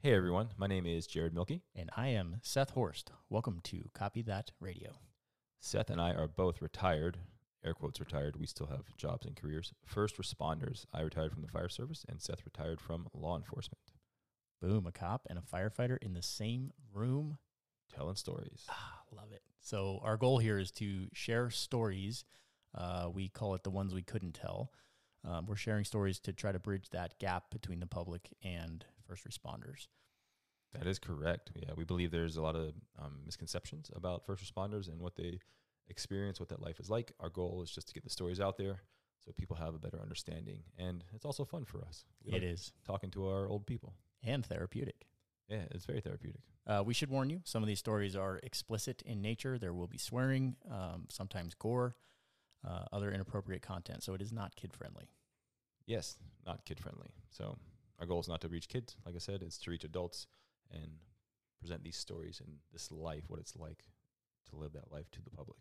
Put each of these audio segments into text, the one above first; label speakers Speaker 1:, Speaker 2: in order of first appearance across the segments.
Speaker 1: Hey everyone, my name is Jared Milkey.
Speaker 2: And I am Seth Horst. Welcome to Copy That Radio.
Speaker 1: Seth and I are both retired, air quotes retired, we still have jobs and careers. First responders. I retired from the fire service and Seth retired from law enforcement.
Speaker 2: Boom, a cop and a firefighter in the same room.
Speaker 1: Telling stories.
Speaker 2: Ah, love it. So, our goal here is to share stories. Uh, we call it the ones we couldn't tell. Um, we're sharing stories to try to bridge that gap between the public and first responders.
Speaker 1: That is correct. Yeah, we believe there's a lot of um, misconceptions about first responders and what they experience, what that life is like. Our goal is just to get the stories out there so people have a better understanding. And it's also fun for us. We
Speaker 2: It
Speaker 1: like
Speaker 2: is,
Speaker 1: talking to our old people.
Speaker 2: and therapeutic.
Speaker 1: Yeah, it's very therapeutic.
Speaker 2: Uh, we should warn you some of these stories are explicit in nature. There will be swearing, um, sometimes gore, uh, other inappropriate content. So, it is not kid friendly.
Speaker 1: Yes, not kid friendly. So our goal is not to reach kids, like I said, it's to reach adults and present these stories and this life, what it's like to live that life to the public.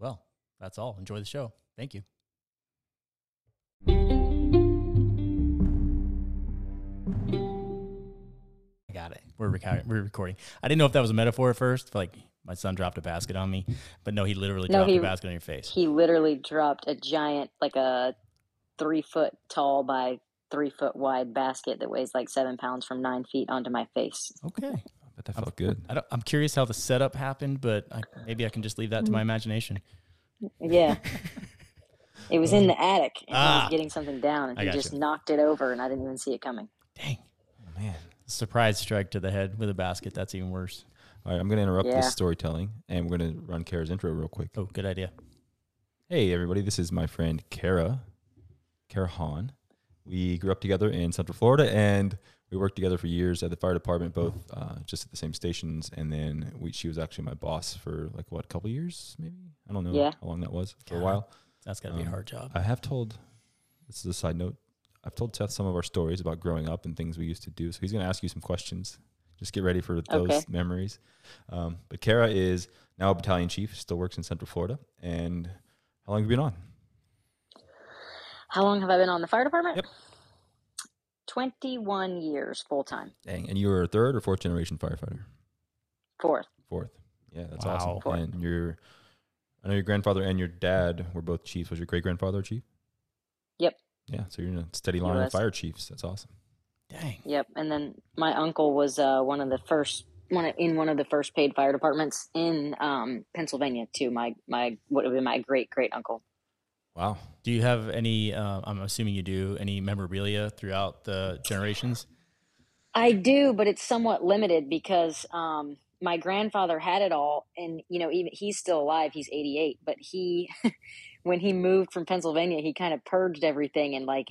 Speaker 2: Well, that's all. Enjoy the show. Thank you. I got it. We're, reco- we're recording. I didn't know if that was a metaphor at first. Like, my son dropped a basket on me, but no, he literally
Speaker 3: No,
Speaker 2: dropped
Speaker 3: he-
Speaker 2: a basket on your face.
Speaker 3: he literally dropped a giant, like a three foot tall by three foot wide basket that weighs like seven pounds from nine feet onto my face.
Speaker 2: Okay.
Speaker 1: I bet that felt good.
Speaker 2: I don't, I'm curious how the setup happened, but I, maybe I can just leave that to my imagination.
Speaker 3: Yeah. it was in the attic and he
Speaker 2: Ah.
Speaker 3: was getting something down and
Speaker 2: I
Speaker 3: he
Speaker 2: gotcha.
Speaker 3: just knocked it over and I didn't even see it coming.
Speaker 2: Dang.
Speaker 1: Oh, man.
Speaker 2: Surprise strike to the head with a basket. That's even worse.
Speaker 1: All right, I'm going to interrupt
Speaker 3: Yeah.
Speaker 1: this storytelling and we're going to run Kara's intro real quick.
Speaker 2: Oh, good idea.
Speaker 1: Hey, everybody, this is my friend Kara, Kara Hahn. We grew up together in Central Florida and we worked together for years at the fire department, both uh, just at the same stations. And then we, she was actually my boss for like, what, a couple years, maybe? I don't know
Speaker 3: Yeah.
Speaker 1: how long that was for a
Speaker 2: God.
Speaker 1: while.
Speaker 2: That's got to be a
Speaker 1: Um,
Speaker 2: hard job.
Speaker 1: I have told, this is a side note, I've told Seth some of our stories about growing up and things we used to do. So he's going to ask you some questions. Just get ready for those
Speaker 3: Okay.
Speaker 1: memories. Um, but Kara is now a battalion chief, still works in Central Florida. And how long have you been on?
Speaker 3: How long have I been on the fire department?
Speaker 1: Yep.
Speaker 3: 21 years full time.
Speaker 1: Dang. And you were a third or fourth generation firefighter?
Speaker 3: Fourth.
Speaker 1: Fourth. Yeah, that's
Speaker 2: Wow.
Speaker 1: awesome.
Speaker 3: Fourth.
Speaker 1: And your, I know your grandfather and your dad were both chiefs. Was your great grandfather a chief?
Speaker 3: Yep.
Speaker 1: Yeah, so you're in a steady line of
Speaker 3: was.
Speaker 1: fire chiefs. That's awesome.
Speaker 2: Dang.
Speaker 3: Yep. And then my uncle was uh, one of the first one of- in one of the first paid fire departments in um, Pennsylvania too. My my would have been my great great uncle.
Speaker 1: Wow.
Speaker 2: Do you have any? Uh, I'm assuming you do any memorabilia throughout the generations.
Speaker 3: I do, but it's somewhat limited because um, my grandfather had it all, and you know, even he's still alive. He's 88, but he, when he moved from Pennsylvania, he kind of purged everything and like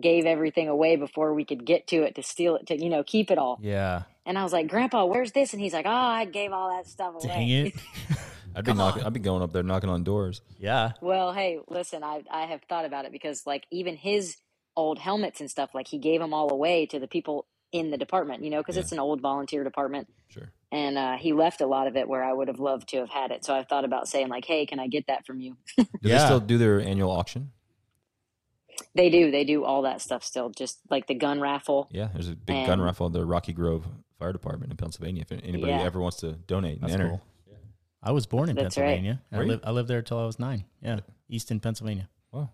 Speaker 3: gave everything away before we could get to it to steal it to you know keep it all.
Speaker 2: Yeah.
Speaker 3: And I was like, Grandpa, where's this? And he's like, Oh, I gave all that stuff away.
Speaker 2: Dang it.
Speaker 1: I'd be knocking, I'd be going up there knocking on doors.
Speaker 2: yeah.
Speaker 3: Well, hey, listen, I I have thought about it because like even his old helmets and stuff, like he gave them all away to the people in the department, you know, because
Speaker 1: Yeah.
Speaker 3: it's an old volunteer department,
Speaker 1: Sure.
Speaker 3: and uh, he left a lot of it where I would have loved to have had it. So I thought about saying like, hey, can I get that from you?
Speaker 1: Do they
Speaker 2: Yeah.
Speaker 1: still do their annual auction?
Speaker 3: They do, they do all that stuff still, just like the gun raffle.
Speaker 1: Yeah, there's a big gun
Speaker 3: Um,
Speaker 1: raffle at the Rocky Grove Fire Department in Pennsylvania. If anybody
Speaker 3: Yeah.
Speaker 1: ever wants to donate and
Speaker 2: That's
Speaker 1: enter,
Speaker 2: cool. I was born in
Speaker 3: That's right.
Speaker 2: Pennsylvania.
Speaker 1: Were
Speaker 2: I
Speaker 1: you?
Speaker 2: lived I lived there till I was nine. Yeah. Easton, Pennsylvania.
Speaker 1: wow,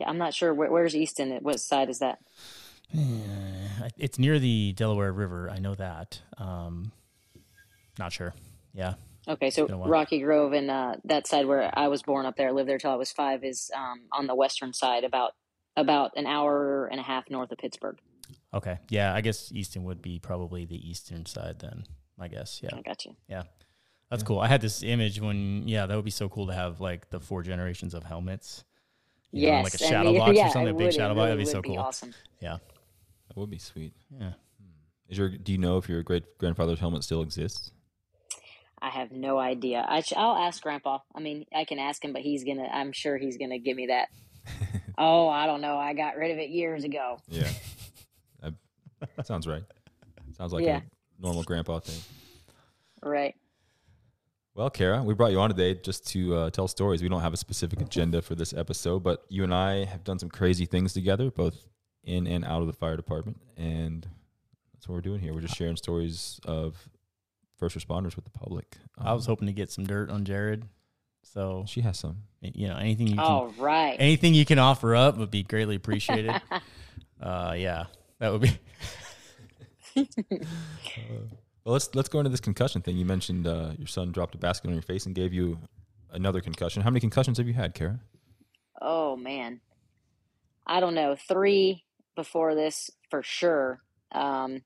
Speaker 3: Yeah, I'm not sure where, where's Easton. What side is that?
Speaker 2: Uh, It's near the Delaware River. I know that. Um, not sure. Yeah.
Speaker 3: Okay, so
Speaker 2: been a while.
Speaker 3: Rocky Grove and uh, that side where I was born up there, I lived there till I was five, is um, on the western side, about about an hour and a half north of Pittsburgh.
Speaker 2: Okay. Yeah. I guess Easton would be probably the eastern side then. I guess. Yeah.
Speaker 3: I got you.
Speaker 2: Yeah. That's cool. I had this image when, yeah, that would be so cool to have like the four generations of helmets. you know,
Speaker 3: Yes,
Speaker 2: like a
Speaker 3: and
Speaker 2: shadow
Speaker 3: the-
Speaker 2: box
Speaker 3: yeah,
Speaker 2: or something,
Speaker 3: it
Speaker 2: a big
Speaker 3: would- it
Speaker 2: shadow box.
Speaker 3: really
Speaker 2: That'd be
Speaker 3: would
Speaker 2: so cool.
Speaker 3: Awesome.
Speaker 2: Yeah.
Speaker 1: that would be sweet.
Speaker 2: Yeah.
Speaker 1: Is your do you know if your great grandfather's helmet still exists?
Speaker 3: I have no idea. I sh- I'll ask Grandpa. I mean, I can ask him, but he's gonna. I'm sure he's gonna give me that. oh, I don't know. I got rid of it years ago.
Speaker 1: Yeah, that, that sounds right. Sounds like
Speaker 3: Yeah.
Speaker 1: a normal grandpa thing.
Speaker 3: Right.
Speaker 1: Well, Kara, we brought you on today just to uh, tell stories. We don't have a specific agenda for this episode, but you and I have done some crazy things together, both in and out of the fire department, and That's what we're doing here. We're just sharing stories of first responders with the public.
Speaker 2: I was
Speaker 1: Um,
Speaker 2: hoping to get some dirt on Jared. So
Speaker 1: she has some.
Speaker 2: you know, anything you can,
Speaker 3: All Oh, right.
Speaker 2: anything you can offer up would be greatly appreciated. uh, yeah, that would be.
Speaker 1: Well, let's let's go into this concussion thing. You mentioned uh, your son dropped a basket on your face and gave you another concussion. How many concussions have you had, Kara?
Speaker 3: Oh man, I don't know. Three before this for sure. Um,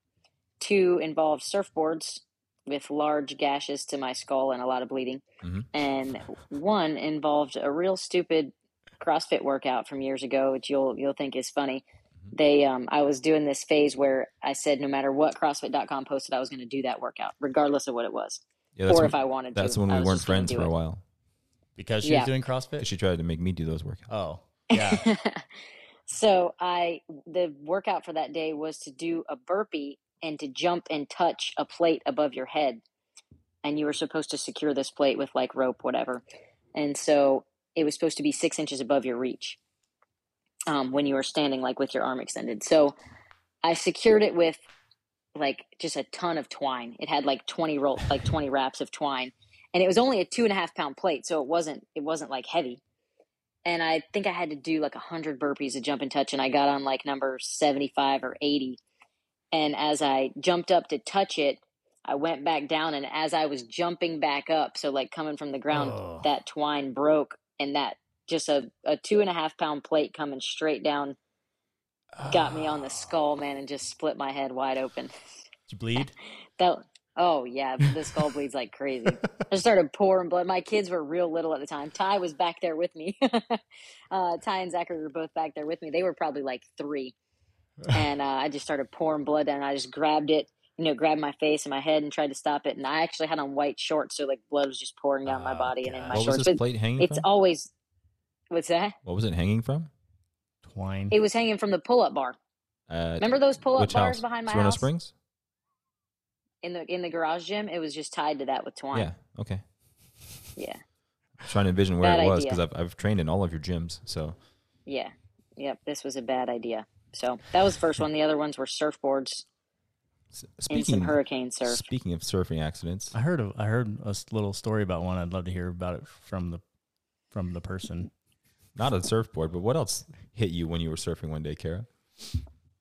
Speaker 3: two involved surfboards with large gashes to my skull and a lot of bleeding,
Speaker 1: Mhm.
Speaker 3: and one involved a real stupid CrossFit workout from years ago, which you'll you'll think is funny.
Speaker 1: Mm-hmm.
Speaker 3: They, um, I was doing this phase where I said no matter what CrossFit.com posted, I was going to do that workout, regardless of what it was,
Speaker 1: Yeah,
Speaker 3: or
Speaker 1: when,
Speaker 3: if I wanted to.
Speaker 1: that's when we
Speaker 3: I was
Speaker 1: weren't
Speaker 3: just gonna
Speaker 1: friends
Speaker 3: do
Speaker 1: for
Speaker 3: it.
Speaker 1: a while.
Speaker 2: because she
Speaker 3: Yeah.
Speaker 2: was doing CrossFit.
Speaker 1: She tried to make me do those workouts.
Speaker 2: Oh, yeah.
Speaker 3: so I the workout for that day was to do a burpee and to jump and touch a plate above your head. And you were supposed to secure this plate with like rope, whatever. And so it was supposed to be six inches above your reach um, when you were standing, like with your arm extended. So I secured it with like just a ton of twine. It had like twenty roll, like twenty wraps of twine, and it was only a two and a half pound plate, so it wasn't it wasn't like heavy and I think I had to do like 100 burpees to jump and touch, and I got on like number 75 or 80. And as I jumped up to touch it, I went back down, and as I was jumping back up, so like coming from the ground,
Speaker 2: Oh.
Speaker 3: that twine broke, and that just a, a two and a half pound plate coming straight down got me on the skull, man, and just split my head wide open.
Speaker 2: Did you bleed?
Speaker 3: That oh yeah, the skull bleeds like crazy. I started pouring blood. My kids were real little at the time. Ty was back there with me. uh, Ty and Zachary were both back there with me. They were probably like three, and uh, I just started pouring blood down. And I just grabbed it, you know, grabbed my face and my head and tried to stop it. And I actually had on white shorts, so like blood was just pouring down my
Speaker 2: Oh,
Speaker 3: body and in my
Speaker 1: What was
Speaker 3: shorts.
Speaker 1: this
Speaker 3: Uh, But
Speaker 1: plate hanging
Speaker 3: it's
Speaker 1: from?
Speaker 3: always what's that?
Speaker 1: what was it hanging from?
Speaker 2: Twine.
Speaker 3: It was hanging from the pull-up bar.
Speaker 1: At
Speaker 3: Remember those pull-up
Speaker 1: which
Speaker 3: bars
Speaker 1: house?
Speaker 3: behind my
Speaker 1: Sereno
Speaker 3: house
Speaker 1: Springs?
Speaker 3: in the in the garage gym? It was just tied to that with twine.
Speaker 1: Yeah. Okay.
Speaker 3: Yeah.
Speaker 1: I'm trying to envision where
Speaker 3: Bad
Speaker 1: it was
Speaker 3: idea.
Speaker 1: because I've, I've trained in all of your gyms. So
Speaker 3: Yeah. Yep. This was a bad idea. So that was the first one. The other ones were surfboards
Speaker 1: s-
Speaker 3: and some
Speaker 1: speaking
Speaker 3: hurricane surf.
Speaker 1: speaking of surfing accidents,
Speaker 2: I heard. A, I heard a s- little story about one. I'd love to hear about it from the from the person.
Speaker 1: not a surfboard, but what else hit you when you were surfing one day, Kara?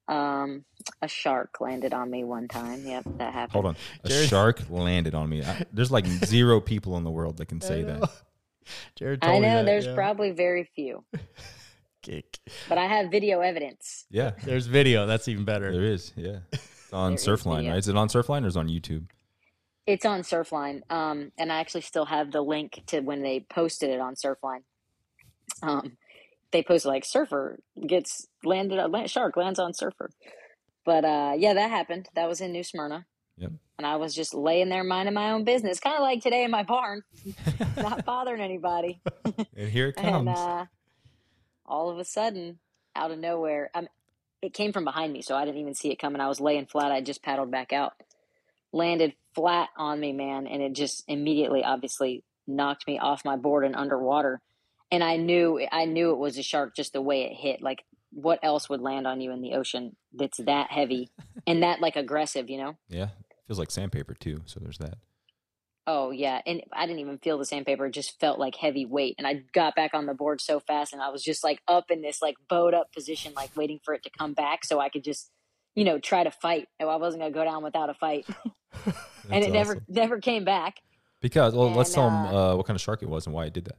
Speaker 3: Um, a shark landed on me one time. Yep, that happened.
Speaker 1: Hold on. A
Speaker 2: Jared-
Speaker 1: shark landed on me. I, there's like zero people in the world that can say that.
Speaker 2: Jared told
Speaker 3: I
Speaker 2: me
Speaker 3: know
Speaker 2: that,
Speaker 3: there's
Speaker 2: yeah.
Speaker 3: probably very few,
Speaker 2: Kick.
Speaker 3: but I have video evidence.
Speaker 1: Yeah.
Speaker 2: There's video. That's even better.
Speaker 1: There is. Yeah. It's on
Speaker 3: There is uh,
Speaker 1: Surfline,
Speaker 3: video.
Speaker 1: right? Is it on Surfline or is it on YouTube?
Speaker 3: It's on Surfline, um, and I actually still have the link to when they posted it on Surfline. Um, they posted like surfer gets landed a la- shark lands on surfer, but uh, yeah, that happened. That was in New Smyrna.
Speaker 1: Yep.
Speaker 3: and I was just laying there minding my own business, kind of like today in my barn, not bothering anybody.
Speaker 1: And here it
Speaker 3: And
Speaker 1: comes.
Speaker 3: uh, all of a sudden, out of nowhere, um, it came from behind me, so I didn't even see it coming. I was laying flat. I just paddled back out, landed flat on me, man, and it just immediately, obviously, knocked me off my board and underwater. And I knew, I knew it was a shark just the way it hit. Like, what else would land on you in the ocean that's that heavy and that like aggressive? You know.
Speaker 1: yeah. Feels like sandpaper too. So there's that.
Speaker 3: Oh yeah, and I didn't even feel the sandpaper; it just felt like heavy weight. And I got back on the board so fast, and I was just like up in this like bowed up position, like waiting for it to come back, so I could just, you know, try to fight. Oh, I wasn't gonna go down without a fight, and
Speaker 1: That's
Speaker 3: it never
Speaker 1: awesome.
Speaker 3: never came back.
Speaker 1: Because, well, let's
Speaker 3: And,
Speaker 1: tell them uh, what kind of shark it was and why it did that.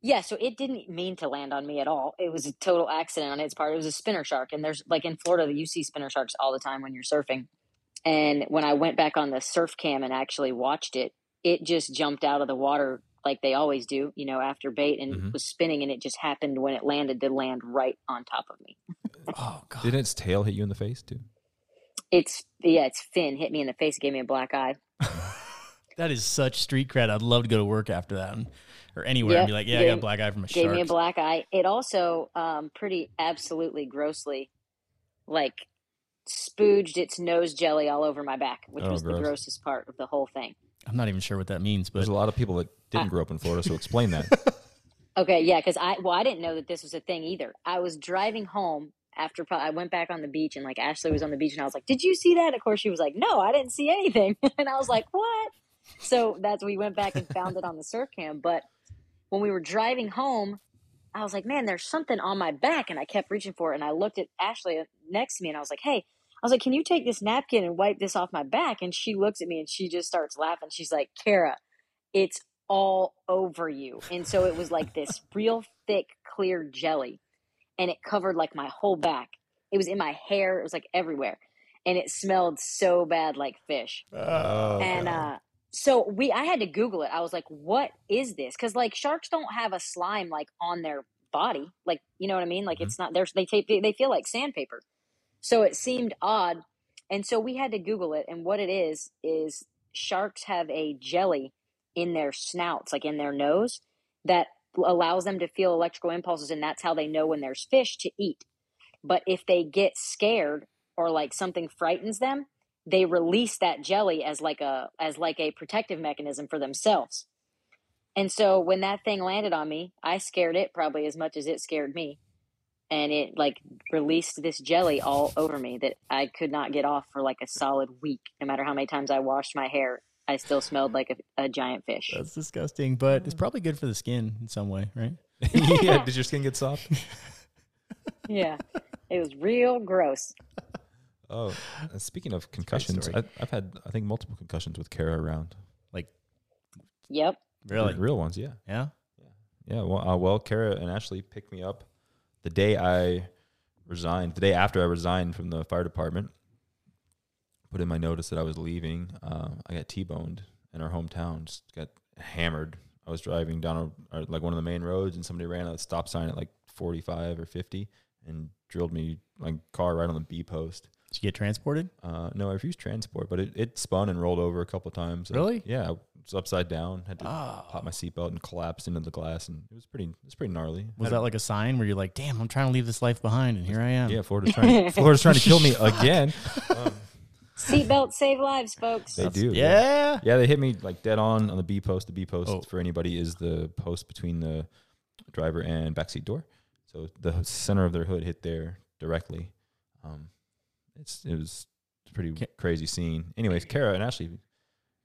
Speaker 3: Yeah, so it didn't mean to land on me at all. It was a total accident on its part. It was a spinner shark, and there's like in Florida, you see spinner sharks all the time when you're surfing. And when I went back on the surf cam and actually watched it, it just jumped out of the water like they always do, you know, after bait and
Speaker 1: Mhm.
Speaker 3: was spinning. And it just happened when it landed to land right on top of me.
Speaker 2: Oh god.
Speaker 1: Didn't its tail hit you in the face too?
Speaker 3: It's, yeah, its fin hit me in the face, gave me a black eye.
Speaker 2: That is such street cred. I'd love to go to work after that, and, or anywhere, and
Speaker 3: Yep.
Speaker 2: be like, "Yeah, I
Speaker 3: Gave-
Speaker 2: got a black eye from a
Speaker 3: gave
Speaker 2: shark."
Speaker 3: me a black eye. It also um, pretty absolutely grossly like spooged its nose jelly all over my back, which
Speaker 1: Oh,
Speaker 3: was the
Speaker 1: gross.
Speaker 3: grossest part of the whole thing.
Speaker 2: I'm not even sure what that means, but
Speaker 1: There's a lot of people that didn't grow up in Florida, so explain that.
Speaker 3: Okay, yeah, because I well I didn't know that this was a thing either. I was driving home after pro- I went back on the beach and like Ashley was on the beach and I was like, "Did you see that?" Of course, she was like, "No, I didn't see anything," and I was like, "What?" So that's we went back and found it on the surf cam. But when we were driving home, I was like, "Man, there's something on my back," and I kept reaching for it. And I looked at Ashley uh, next to me and I was like, "Hey." I was like, "Can you take this napkin and wipe this off my back?" And she looks at me and she just starts laughing. She's like, "Kara, it's all over you." And so it was like this real thick, clear jelly, and it covered like my whole back. It was in my hair. It was like everywhere, and it smelled so bad, like fish.
Speaker 1: Oh,
Speaker 3: and
Speaker 1: God.
Speaker 3: uh, so we, I had to Google it. I was like, "What is this?" Because like sharks don't have a slime like on their body, like you know what I mean. Like
Speaker 1: Mm-hmm.
Speaker 3: it's not. They're, they tape. They feel like sandpaper. So it seemed odd. And so we had to Google it. And what it is, is sharks have a jelly in their snouts, like in their nose, that allows them to feel electrical impulses. And that's how they know when there's fish to eat. But if they get scared or like something frightens them, they release that jelly as like a as like a protective mechanism for themselves. And so when that thing landed on me, I scared it probably as much as it scared me and it like released this jelly all over me that I could not get off for like a solid week. No matter how many times I washed my hair, I still smelled like a, a giant fish.
Speaker 2: That's disgusting, but it's probably good for the skin in some way, right?
Speaker 1: yeah, did your skin get soft?
Speaker 3: yeah, it was real gross.
Speaker 1: Oh, uh, speaking of concussions, I,
Speaker 2: story.
Speaker 1: I've had I think multiple concussions with Kara around.
Speaker 3: Yep.
Speaker 2: Really?
Speaker 1: real ones, yeah,
Speaker 2: Yeah.
Speaker 1: yeah. Well, uh, well, Kara and Ashley picked me up the day I resigned. The day after I resigned from the fire department, put in my notice that I was leaving. Uh, I got t-boned in our hometown. Just got hammered. I was driving down a, uh, like one of the main roads, and somebody ran a stop sign at like forty-five or fifty, and drilled me like car right on the B post.
Speaker 2: Did you get transported?
Speaker 1: Uh, no, I refused transport, but it, it spun and rolled over a couple times. And,
Speaker 2: Really?
Speaker 1: Yeah, it was upside down. Had to
Speaker 2: Oh.
Speaker 1: pop my seatbelt and collapsed into the glass, and it was pretty. It was pretty gnarly.
Speaker 2: Was
Speaker 1: Had
Speaker 2: that like a sign where you're like, damn, I'm trying to leave this life behind and here I am?
Speaker 1: a- yeah, Florida's trying. Florida's trying to kill me again.
Speaker 3: Seatbelts save lives, folks.
Speaker 1: They do.
Speaker 2: Yeah.
Speaker 1: Yeah, they hit me like dead on on the B post. The B post
Speaker 2: Oh.
Speaker 1: for anybody is the post between the driver and backseat door. So the center of their hood hit there directly. Um, it's it was a pretty
Speaker 2: Ca-
Speaker 1: crazy scene. Anyways, Kara and Ashley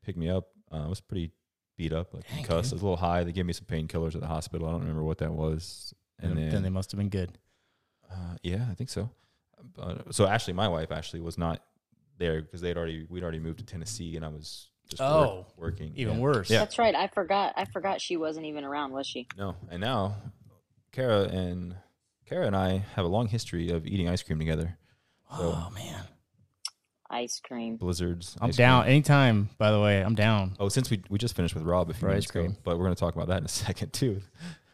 Speaker 1: picked me up. Uh, I was pretty beat up, like
Speaker 2: Dang,
Speaker 1: concussed.
Speaker 2: dude.
Speaker 1: I was a little high. They gave me some painkillers at the hospital. I don't remember what that was. And then,
Speaker 2: then they must have been good.
Speaker 1: uh, yeah, I think so. But, uh, so Ashley, my wife, Ashley was not there because they'd already we'd already moved to Tennessee, and I was just work-
Speaker 2: Oh,
Speaker 1: working
Speaker 2: Even
Speaker 1: Yeah.
Speaker 2: worse.
Speaker 1: Yeah.
Speaker 3: That's right. I forgot. I forgot she wasn't even around, was she?
Speaker 1: No, and now Kara and Kara and I have a long history of eating ice cream together.
Speaker 2: Oh, man.
Speaker 3: Ice cream.
Speaker 1: Blizzards.
Speaker 2: I'm
Speaker 1: ice cream.
Speaker 2: down. Anytime, by the way, I'm down.
Speaker 1: Oh, since we we just finished with Rob, if you
Speaker 2: For ice
Speaker 1: ice cream,
Speaker 2: cream.
Speaker 1: but we're gonna talk about that in a second too.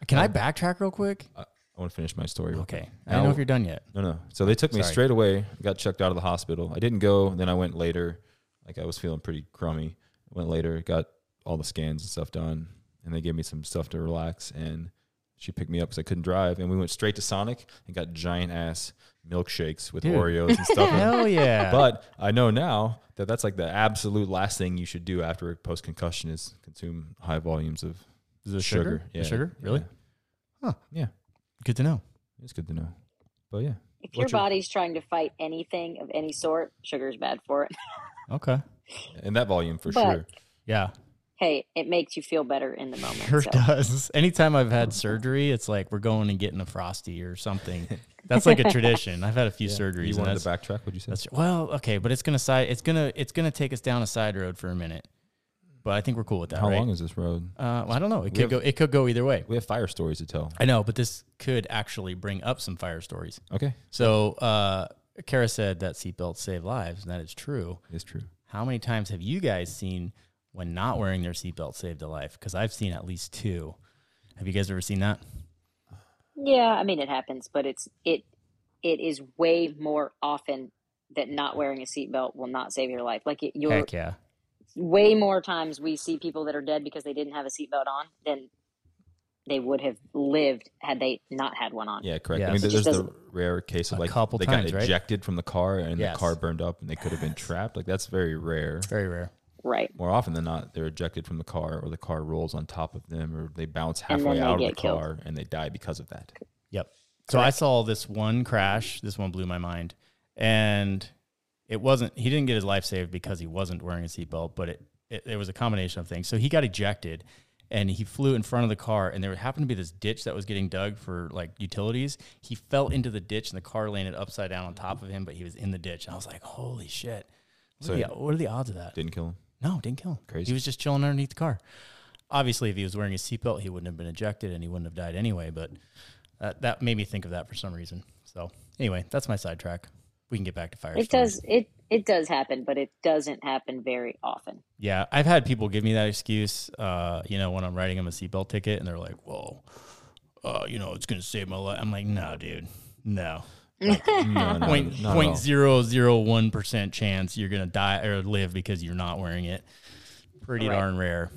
Speaker 2: Can I backtrack real quick?
Speaker 1: I, I want to finish my story. real
Speaker 2: Okay.
Speaker 1: quick.
Speaker 2: I don't know
Speaker 1: Now-
Speaker 2: if you're done yet.
Speaker 1: No, no. So they took me
Speaker 2: Sorry.
Speaker 1: straight away. Got checked out of the hospital. I didn't go. Then I went later. Like I was feeling pretty crummy. Went later. Got all the scans and stuff done, and they gave me some stuff to relax. And she picked me up because I couldn't drive, and we went straight to Sonic and got giant ass milkshakes with
Speaker 2: Dude.
Speaker 1: Oreos and stuff. in 'em.
Speaker 2: Hell yeah.
Speaker 1: But I know now that that's like the absolute last thing you should do after post concussion is consume high volumes of
Speaker 2: Is it
Speaker 1: sugar.
Speaker 2: sugar?
Speaker 1: Yeah,
Speaker 2: Sugar? Really?
Speaker 1: yeah.
Speaker 2: Huh.
Speaker 1: Yeah,
Speaker 2: Good to know.
Speaker 1: it's good to know. But yeah,
Speaker 3: If your
Speaker 1: What's your-
Speaker 3: body's trying to fight anything of any sort, sugar's bad for it.
Speaker 2: Okay.
Speaker 1: and that volume for
Speaker 3: But-
Speaker 1: sure.
Speaker 2: Yeah.
Speaker 3: hey, it makes you feel better in the moment.
Speaker 2: Sure
Speaker 3: so.
Speaker 2: does. Anytime I've had surgery, it's like we're going and getting a frosty or something. That's like a tradition. I've had a few surgeries.
Speaker 1: You
Speaker 2: and
Speaker 1: wanted
Speaker 2: that's,
Speaker 1: to backtrack? Would you say?
Speaker 2: that's well, okay, but it's gonna side. It's gonna it's gonna take us down a side road for a minute. But I think we're cool with that.
Speaker 1: How
Speaker 2: right?
Speaker 1: long is this road?
Speaker 2: Uh, well, I don't know. It could
Speaker 1: have-
Speaker 2: go. It could go either way.
Speaker 1: We have fire stories to tell.
Speaker 2: I know, but this could actually bring up some fire stories.
Speaker 1: Okay,
Speaker 2: So, uh, Kara said that seatbelts save lives, and that is true.
Speaker 1: it's true.
Speaker 2: How many times have you guys seen when not wearing their seatbelt saved a life? Because I've seen at least two. Have you guys ever seen that?
Speaker 3: Yeah, I mean it happens, but it's it it is way more often that not wearing a seatbelt will not save your life. Like it, you're
Speaker 2: Heck yeah.
Speaker 3: way more times we see people that are dead because they didn't have a seatbelt on than they would have lived had they not had one on.
Speaker 1: Yeah, correct.
Speaker 2: Yeah.
Speaker 1: I mean,
Speaker 2: So
Speaker 1: there's
Speaker 3: just
Speaker 1: the
Speaker 3: doesn't-
Speaker 1: rare case of
Speaker 2: A
Speaker 1: like
Speaker 2: couple
Speaker 1: they
Speaker 2: times,
Speaker 1: got
Speaker 2: right?
Speaker 1: ejected from the car and
Speaker 2: Yes.
Speaker 1: the car burned up and they could have been trapped. Like that's very rare.
Speaker 2: Very rare.
Speaker 3: Right.
Speaker 1: More often than not, they're ejected from the car or the car rolls on top of them or they bounce
Speaker 3: And then
Speaker 1: halfway
Speaker 3: they
Speaker 1: out of the
Speaker 3: get killed.
Speaker 1: car and they die because of that.
Speaker 2: Yep. So I saw this one crash. This one blew my mind, and it wasn't. He didn't get his life saved because he wasn't wearing a seatbelt, but it, it it was a combination of things. So he got ejected, and he flew in front of the car, and there happened to be this ditch that was getting dug for like utilities. He fell into the ditch, and the car landed upside down on top of him, but he was in the ditch. And I was like, holy shit! What,
Speaker 1: So-
Speaker 2: are, the, what are the odds of that?
Speaker 1: Didn't kill him.
Speaker 2: No, didn't kill him.
Speaker 1: Crazy.
Speaker 2: He was just chilling underneath the car. Obviously, if he was wearing his seatbelt, he wouldn't have been ejected and he wouldn't have died anyway. But that, that made me think of that for some reason. So anyway, that's my sidetrack. We can get back to fire.
Speaker 3: It does it it does happen, but it doesn't happen very often.
Speaker 2: Yeah, I've had people give me that excuse. Uh, you know, when I'm writing them a seatbelt ticket, and they're like, "Whoa, uh, you know, it's gonna save my life." I'm like, "No, dude, no."
Speaker 1: No, no, not
Speaker 2: Point
Speaker 1: at all.
Speaker 2: point zero zero one percent chance you're gonna die or live because you're not wearing it. Pretty
Speaker 3: Right.
Speaker 2: darn rare.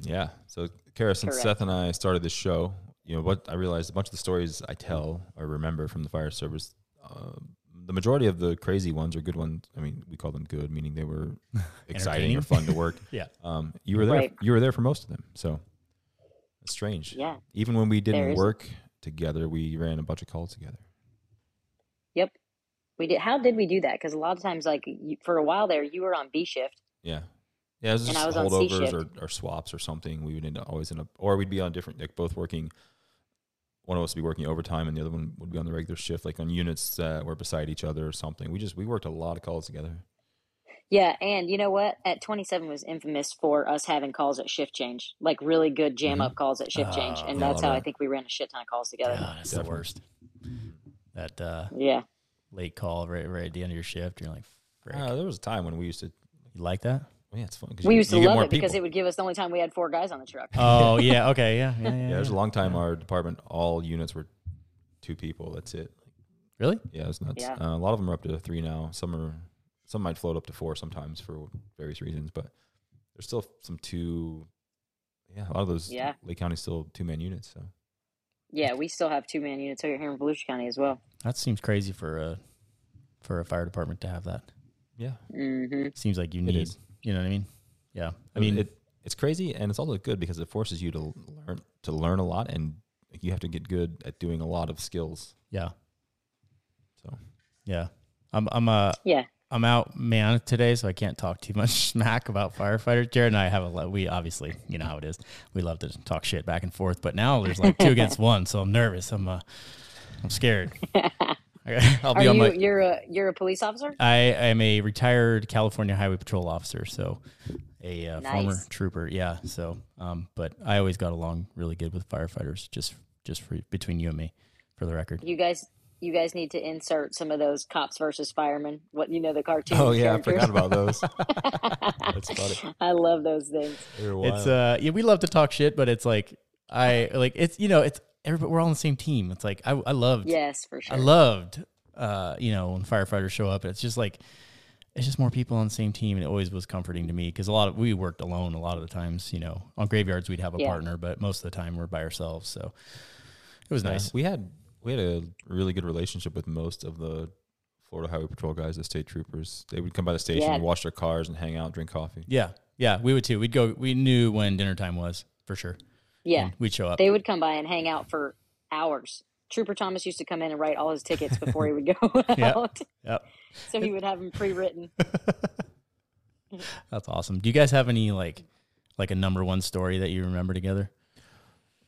Speaker 1: Yeah. So, Kara, since
Speaker 3: Correct.
Speaker 1: Seth and I started this show, you know what I realized a bunch of the stories I tell or remember from the fire service, uh, the majority of the crazy ones are good ones. I mean, we call them good, meaning they were exciting or
Speaker 2: Entertaining.
Speaker 1: fun to work.
Speaker 2: Yeah.
Speaker 1: Um, you were there.
Speaker 3: Right.
Speaker 1: You were there for most of them. So it's strange.
Speaker 3: Yeah.
Speaker 1: Even when we didn't
Speaker 3: There is-
Speaker 1: work together, we ran a bunch of calls together.
Speaker 3: Yep. We did how did we do that? Cuz a lot of times like you, for a while there you were on B shift.
Speaker 1: Yeah. Yeah, it was
Speaker 3: And
Speaker 1: just
Speaker 3: I was on C
Speaker 1: holdovers
Speaker 3: shift.
Speaker 1: or, or swaps or something. We would end up always end up, or we'd be on different, like both working. One of us would be working overtime, and the other one would be on the regular shift, like on units that were beside each other or something. We just we worked a lot of calls together.
Speaker 3: Yeah, and you know what? At 27 was infamous for us having calls at shift change. Like really good jam up calls at shift change,
Speaker 2: Oh,
Speaker 3: and
Speaker 1: Mm-hmm. Ah, yeah,
Speaker 3: that's
Speaker 1: love
Speaker 3: how I
Speaker 1: that.
Speaker 3: think we ran a shit ton of calls together.
Speaker 2: God, that's the
Speaker 1: Definitely.
Speaker 2: worst. That uh,
Speaker 3: Yeah.
Speaker 2: late call right, right at the end of your shift, you're like, frick.
Speaker 1: Uh, there was a time when we used to.
Speaker 2: you like that?
Speaker 1: Yeah, it's fun. 'cause
Speaker 3: We
Speaker 1: you-
Speaker 3: used to
Speaker 1: you get
Speaker 3: love
Speaker 1: more
Speaker 3: it because
Speaker 1: people.
Speaker 3: it would give us the only time we had four guys on the truck.
Speaker 2: Oh yeah, okay, yeah, yeah, yeah.
Speaker 1: Yeah, there's a
Speaker 2: yeah.
Speaker 1: long time our department, all units were two people. That's it.
Speaker 2: really?
Speaker 1: Yeah, it was nuts.
Speaker 3: Yeah.
Speaker 1: Uh, a lot of them are up to three now. Some are, some might float up to four sometimes for various reasons, but there's still some two. Yeah, a lot of those.
Speaker 3: Yeah.
Speaker 1: Lake County's still two man units. So
Speaker 3: yeah, we still have two man units over here in Volusia County as well.
Speaker 2: That seems crazy for a for a fire department to have that.
Speaker 1: yeah,
Speaker 3: hmm
Speaker 2: Seems like you
Speaker 1: It
Speaker 2: need,
Speaker 1: is.
Speaker 2: you know what I mean? Yeah,
Speaker 1: I mean it. It's crazy, and it's also good because it forces you to learn to learn a lot, and you have to get good at doing a lot of skills.
Speaker 2: yeah,
Speaker 1: So
Speaker 2: yeah. I'm I'm uh
Speaker 3: Yeah.
Speaker 2: I'm out man today, so I can't talk too much smack about firefighters. Jared and I have a lot. We obviously, you know how it is. We love to talk shit back and forth, but now there's like two against one, so I'm nervous. I'm uh, I'm scared. I'll
Speaker 3: Are
Speaker 2: be on
Speaker 3: you?
Speaker 2: my.
Speaker 3: You're a you're a police officer.
Speaker 2: I am a retired California Highway Patrol officer, so a uh, former
Speaker 3: Nice.
Speaker 2: trooper. Yeah, so um, but I always got along really good with firefighters. Just just for between you and me, for the record.
Speaker 3: You guys, you guys need to insert some of those cops versus firemen. What you know, the cartoon.
Speaker 1: oh yeah, I
Speaker 3: characters.
Speaker 1: forgot about those. That's funny.
Speaker 3: I love those things.
Speaker 1: They were
Speaker 2: It's
Speaker 1: wild.
Speaker 2: uh, yeah, we love to talk shit, but it's like I like it's you know it's everybody we're all on the same team. It's like I I loved
Speaker 3: Yes, for sure.
Speaker 2: I loved, uh, you know, when firefighters show up. It's just like it's just more people on the same team, and it always was comforting to me because a lot of we worked alone a lot of the times. You know, on graveyards we'd have a
Speaker 3: Yeah.
Speaker 2: partner, but most of the time we're by ourselves. So it was
Speaker 1: Yeah,
Speaker 2: nice.
Speaker 1: We had we had a really good relationship with most of the Florida Highway Patrol guys, the state troopers. They would come by the station,
Speaker 3: Yeah.
Speaker 1: wash their cars, and hang out, drink coffee.
Speaker 2: Yeah, yeah, we would too. We'd go. We knew when dinner time was for sure.
Speaker 3: yeah,
Speaker 2: And we'd show up.
Speaker 3: they would come by and hang out for hours. Trooper Thomas used to come in and write all his tickets before he would go out,
Speaker 2: Yeah. Yep.
Speaker 3: so he would have them pre-written.
Speaker 2: That's awesome. Do you guys have any like like a number one story that you remember together?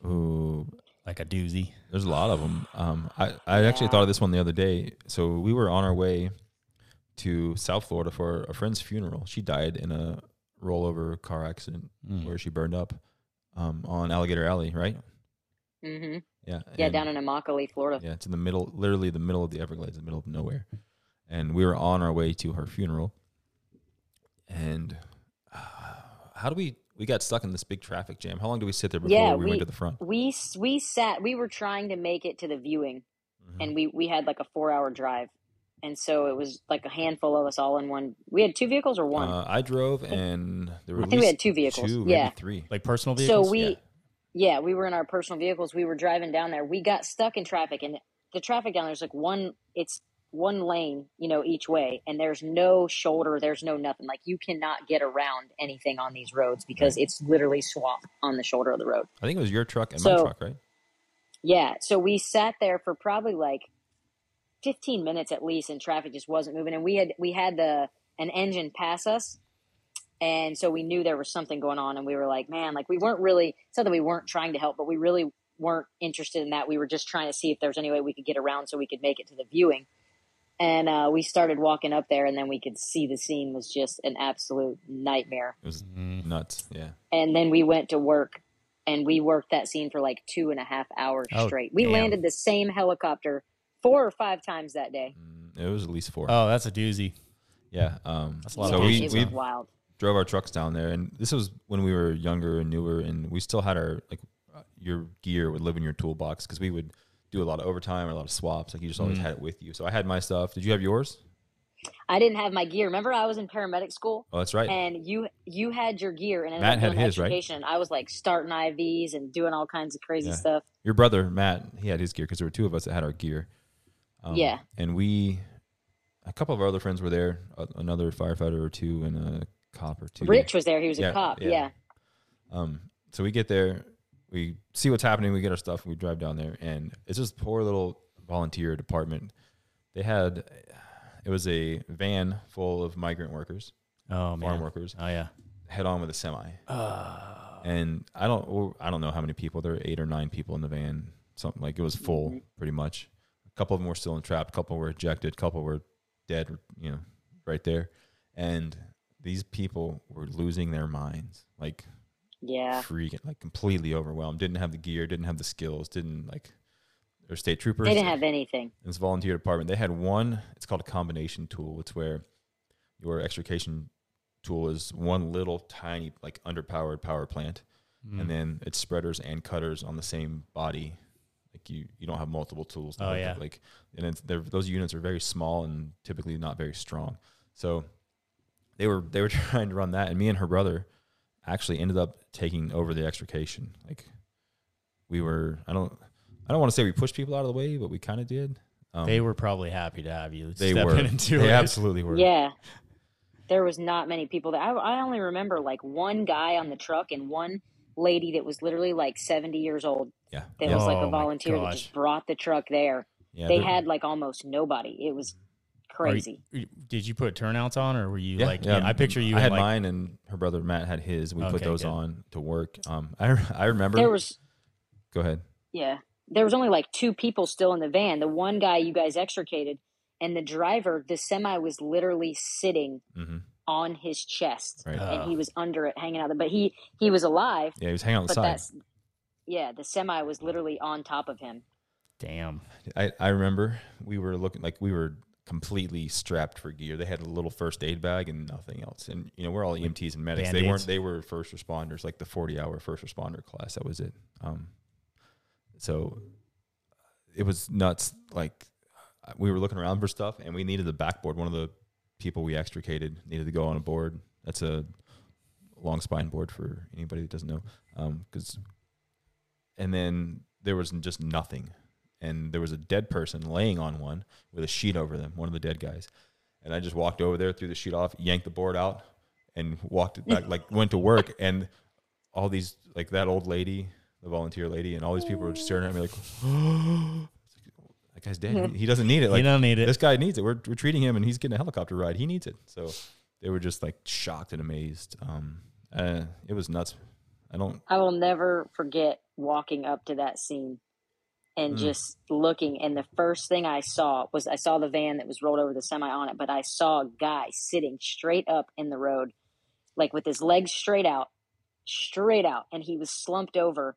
Speaker 1: Ooh,
Speaker 2: Like a doozy.
Speaker 1: there's a lot of them. Um, I I actually
Speaker 3: Yeah.
Speaker 1: thought of this one the other day. So we were on our way to South Florida for a friend's funeral. She died in a rollover car accident
Speaker 2: Mm.
Speaker 1: where she burned up um, on Alligator Alley, right?
Speaker 2: Mm-hmm.
Speaker 3: hmm
Speaker 1: Yeah.
Speaker 3: Yeah,
Speaker 1: and-
Speaker 3: down in Immokalee, Florida.
Speaker 1: Yeah, it's in the middle, literally the middle of the Everglades, the middle of nowhere. And we were on our way to her funeral. And uh, how do we? We got stuck in this big traffic jam. How long do we sit there before
Speaker 3: Yeah,
Speaker 1: we, went
Speaker 3: we-
Speaker 1: to the front?
Speaker 3: We s- we sat. We were trying to make it to the viewing,
Speaker 1: Mhm.
Speaker 3: and we we had like a four-hour drive, and so it was like a handful of us all in one. We had two vehicles or one.
Speaker 1: Uh, I drove, and there were
Speaker 3: I
Speaker 1: at
Speaker 3: think we
Speaker 1: least
Speaker 3: had two vehicles.
Speaker 1: two,
Speaker 3: yeah.
Speaker 1: maybe three.
Speaker 2: Like personal
Speaker 3: so
Speaker 2: vehicles.
Speaker 3: we
Speaker 1: yeah.
Speaker 3: yeah. we were in our personal vehicles we were driving down there we got stuck in traffic and the traffic down there's like one it's one lane you know each way and there's no shoulder there's no nothing like you cannot get around anything on these roads because it's literally swamp on the shoulder of the road
Speaker 1: I think it was your truck and my
Speaker 3: So-
Speaker 1: truck, right?
Speaker 3: Yeah. So we sat there for probably like 15 minutes at least and traffic just wasn't moving and we had we had the an engine pass us and so we knew there was something going on and we were like man like we weren't really it's not that we weren't trying to help but we really weren't interested in that we were just trying to see if there was any way we could get around so we could make it to the viewing and uh, we started walking up there and then we could see the scene was just an absolute nightmare
Speaker 1: It was nuts. Yeah.
Speaker 3: and then we went to work and we worked that scene for like two and a half hours
Speaker 2: Oh,
Speaker 3: straight we
Speaker 2: damn.
Speaker 3: landed the same helicopter four or five times that day
Speaker 1: Mm, It was at least four.
Speaker 2: Oh, that's a doozy.
Speaker 1: yeah. Um,
Speaker 2: That's a lot
Speaker 1: so
Speaker 2: of
Speaker 1: we,
Speaker 3: it
Speaker 1: we
Speaker 3: was wild
Speaker 1: drove our trucks down there, and this was when we were younger and newer, and we still had our like uh, your gear would live in your toolbox because we would do a lot of overtime or a lot of swaps. Like you just always had it with you. So I had my stuff. Did you have yours?
Speaker 3: I didn't have my gear. Remember, I was in paramedic school,
Speaker 1: Oh, that's right.
Speaker 3: and you you had your gear, and
Speaker 1: Matt
Speaker 3: ended
Speaker 1: had
Speaker 3: up doing
Speaker 1: his, right?
Speaker 3: education. I was like starting IVs and doing all kinds of crazy
Speaker 1: Yeah.
Speaker 3: stuff.
Speaker 1: your brother Matt, he had his gear because there were two of us that had our gear. Um,
Speaker 3: Yeah.
Speaker 1: and we, a couple of our other friends were there, a, another firefighter or two, and a cop or two.
Speaker 3: Rich was there; he was
Speaker 1: Yeah,
Speaker 3: a cop.
Speaker 1: yeah.
Speaker 3: Yeah.
Speaker 1: Um, so we get there, we see what's happening, we get our stuff, we drive down there, and it's this poor little volunteer department. They had, it was a van full of migrant workers,
Speaker 2: Oh
Speaker 1: farm
Speaker 2: man.
Speaker 1: workers,
Speaker 2: Oh yeah.
Speaker 1: head on with a semi. and I don't, well, I don't know how many people. There were eight or nine people in the van. Something like it was full, pretty much. A couple of them were still entrapped. A couple were ejected. A couple were dead. You know, right there. And these people were losing their minds. Like
Speaker 3: yeah,
Speaker 1: freaking like completely overwhelmed. Didn't have the gear, didn't have the skills, didn't like or state troopers.
Speaker 3: They didn't have anything.
Speaker 1: in this volunteer department. They had one, it's called a combination tool. It's where your extrication tool is one little tiny, like underpowered power plant.
Speaker 2: Mm. Hmm.
Speaker 1: And then it's spreaders and cutters on the same body. Like you, you don't have multiple tools. to
Speaker 2: Oh,
Speaker 1: hook
Speaker 2: yeah.
Speaker 1: up, Like, and it's, they're- those units are very small and typically not very strong. So they were, they were trying to run that. And me and her brother actually ended up taking over the extrication. Like we were, I don't, I don't want to say we pushed people out of the way, but we kind of did. Um,
Speaker 2: They were probably happy to have you.
Speaker 1: they
Speaker 2: stepping
Speaker 1: were.
Speaker 2: Into
Speaker 1: they
Speaker 2: it.
Speaker 1: absolutely were.
Speaker 3: Yeah, there was not many people there. I, I only remember like one guy on the truck and one lady that was literally like seventy years old.
Speaker 1: Yeah.
Speaker 3: That
Speaker 1: yeah.
Speaker 3: was like
Speaker 2: Oh,
Speaker 3: a
Speaker 2: my
Speaker 3: volunteer that
Speaker 2: gosh.
Speaker 3: just brought the truck there.
Speaker 1: Yeah,
Speaker 3: they
Speaker 1: they're-
Speaker 3: had like almost nobody. It was
Speaker 2: Are you-
Speaker 3: crazy.
Speaker 2: Did you put turnouts on, or were you
Speaker 1: yeah,
Speaker 2: like?
Speaker 1: yeah.
Speaker 2: I picture you.
Speaker 1: I
Speaker 2: in,
Speaker 1: had
Speaker 2: like,
Speaker 1: mine, and her brother Matt had his. We put
Speaker 2: Okay,
Speaker 1: those
Speaker 2: good.
Speaker 1: on to work. Um, I I remember.
Speaker 3: There was
Speaker 1: go ahead.
Speaker 3: Yeah. There was only like two people still in the van. The one guy you guys extricated and the driver, the semi was literally sitting
Speaker 1: hmm
Speaker 3: on his chest
Speaker 1: Right.
Speaker 2: Oh.
Speaker 3: and he was under it hanging out there. But he he was alive,
Speaker 1: yeah, he was hanging on the
Speaker 3: but
Speaker 1: side.
Speaker 3: that's yeah, the semi was literally on top of him.
Speaker 2: Damn.
Speaker 1: I, I remember we were looking like we were completely strapped for gear. They had a little first aid bag and nothing else. And you know, we're all EMTs and medics. They
Speaker 2: Band-Aids.
Speaker 1: weren't they were first responders, like the 40-hour first responder class. That was it. Um so it was nuts like uh, we were looking around for stuff and we needed the backboard. One of the people we extricated needed to go on a board. That's a long spine board for anybody that doesn't know. Um 'cause cuz and then there was just nothing and there was a dead person laying on one with a sheet over them, one of the dead guys. And I just walked over there, threw the sheet off, yanked the board out, and walked it back, like went to work. And all these, like that old lady, the volunteer lady, and all these people were just staring at me like, that guy's dead. He doesn't need it. Like,
Speaker 2: you don't need it.
Speaker 1: this guy needs it. We're, we're treating him, and he's getting a helicopter ride. He needs it. So they were just like shocked and amazed. Um, uh, it was nuts. I don't.
Speaker 3: I will never forget walking up to that scene and just looking and the first thing I saw was I saw the van that was rolled over the semi on it, but I saw a guy sitting straight up in the road, like with his legs straight out, straight out, and he was slumped over,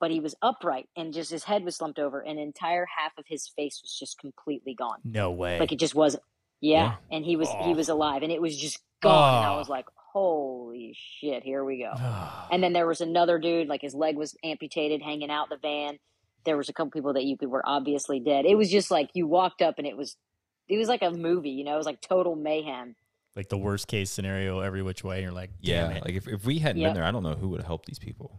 Speaker 3: but he was upright and just his head was slumped over, and entire half of his face was just completely gone.
Speaker 2: no way.
Speaker 3: Like it just wasn't yeah, and he was he
Speaker 2: Oh.
Speaker 3: was alive and it was just gone. And
Speaker 2: Oh.
Speaker 3: I was like, Holy shit, here we go. And then there was another dude, like his leg was amputated, hanging out the van. There was a couple people that you could were obviously dead. It was just like you walked up and it was, it was like a movie, you know. It was like total mayhem.
Speaker 2: like the worst case scenario, every which way. You're like,
Speaker 1: Yeah,
Speaker 2: damn it,
Speaker 1: like if, if we hadn't
Speaker 3: Yep.
Speaker 1: been there, I don't know who would have helped these people.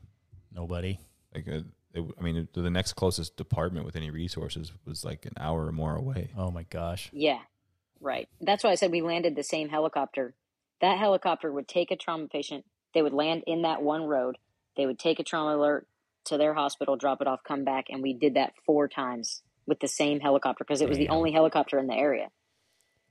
Speaker 2: nobody.
Speaker 1: Like, uh, it, I mean, it- the next closest department with any resources was like an hour or more away.
Speaker 2: Oh my gosh.
Speaker 3: Yeah, right. That's why I said we landed the same helicopter. That helicopter would take a trauma patient. They would land in that one road. They would take a trauma alert, to their hospital, drop it off, come back, and we did that four times with the same helicopter because it was the
Speaker 2: Damn.
Speaker 3: only helicopter in the area.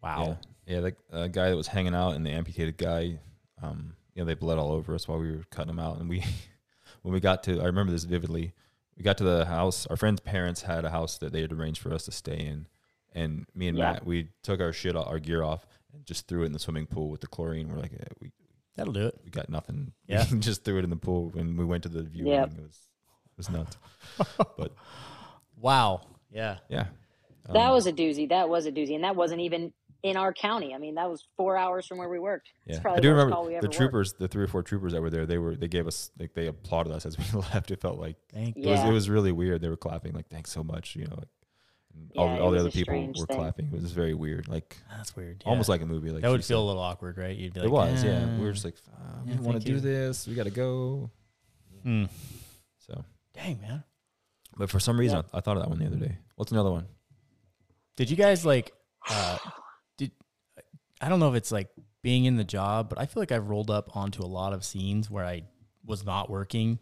Speaker 2: Wow.
Speaker 1: Yeah, that uh, guy that was hanging out and the amputated guy, um, you know, they bled all over us while we were cutting him out. And we, when we got to, I remember this vividly. We got to the house. Our friend's parents had a house that they had arranged for us to stay in, and me and
Speaker 3: Yeah.
Speaker 1: Matt, we took our shit, our gear off, and just threw it in the swimming pool with the chlorine. We're like, eh, we
Speaker 2: That'll do it.
Speaker 1: we got nothing.
Speaker 2: Yeah.
Speaker 1: We just threw it in the pool when we went to the viewing.
Speaker 3: Yep.
Speaker 1: It was it was nuts.
Speaker 2: Wow. Yeah.
Speaker 1: Yeah.
Speaker 3: That
Speaker 1: Um,
Speaker 3: was a doozy. That was a doozy, and that wasn't even in our county. I mean, that was four hours from where we worked.
Speaker 1: Yeah,
Speaker 3: It's
Speaker 1: I
Speaker 3: probably
Speaker 1: do
Speaker 3: the worst
Speaker 1: remember
Speaker 3: call we ever
Speaker 1: the
Speaker 3: worked.
Speaker 1: troopers, the three or four troopers that were there. They were they gave us like they applauded us as we left. It felt like
Speaker 2: Thank
Speaker 1: it was
Speaker 3: Yeah.
Speaker 1: it was really weird. They were clapping like thanks so much, you know. Like, and all
Speaker 3: Yeah,
Speaker 1: the-
Speaker 3: it
Speaker 1: all the
Speaker 3: was
Speaker 1: other
Speaker 3: a
Speaker 1: people
Speaker 3: strange
Speaker 1: were
Speaker 3: thing.
Speaker 1: clapping. It was very weird, like
Speaker 2: That's weird.
Speaker 1: almost
Speaker 2: Yeah.
Speaker 1: like a movie. Like
Speaker 2: that would
Speaker 1: she
Speaker 2: feel a little awkward, right? You'd be
Speaker 1: said.
Speaker 2: like,
Speaker 1: it was. Yeah, we were just like uh,
Speaker 2: Yeah,
Speaker 1: we want
Speaker 2: thank
Speaker 1: to do
Speaker 2: you.
Speaker 1: this. We got to go.
Speaker 2: Hmm.
Speaker 1: So,
Speaker 2: dang man.
Speaker 1: but for some reason, I, I thought of that one the other day. What's another one?
Speaker 2: Did you guys like? Uh, did I don't know if it's like being in the job, but I feel like I've rolled up onto a lot of scenes where I was not working,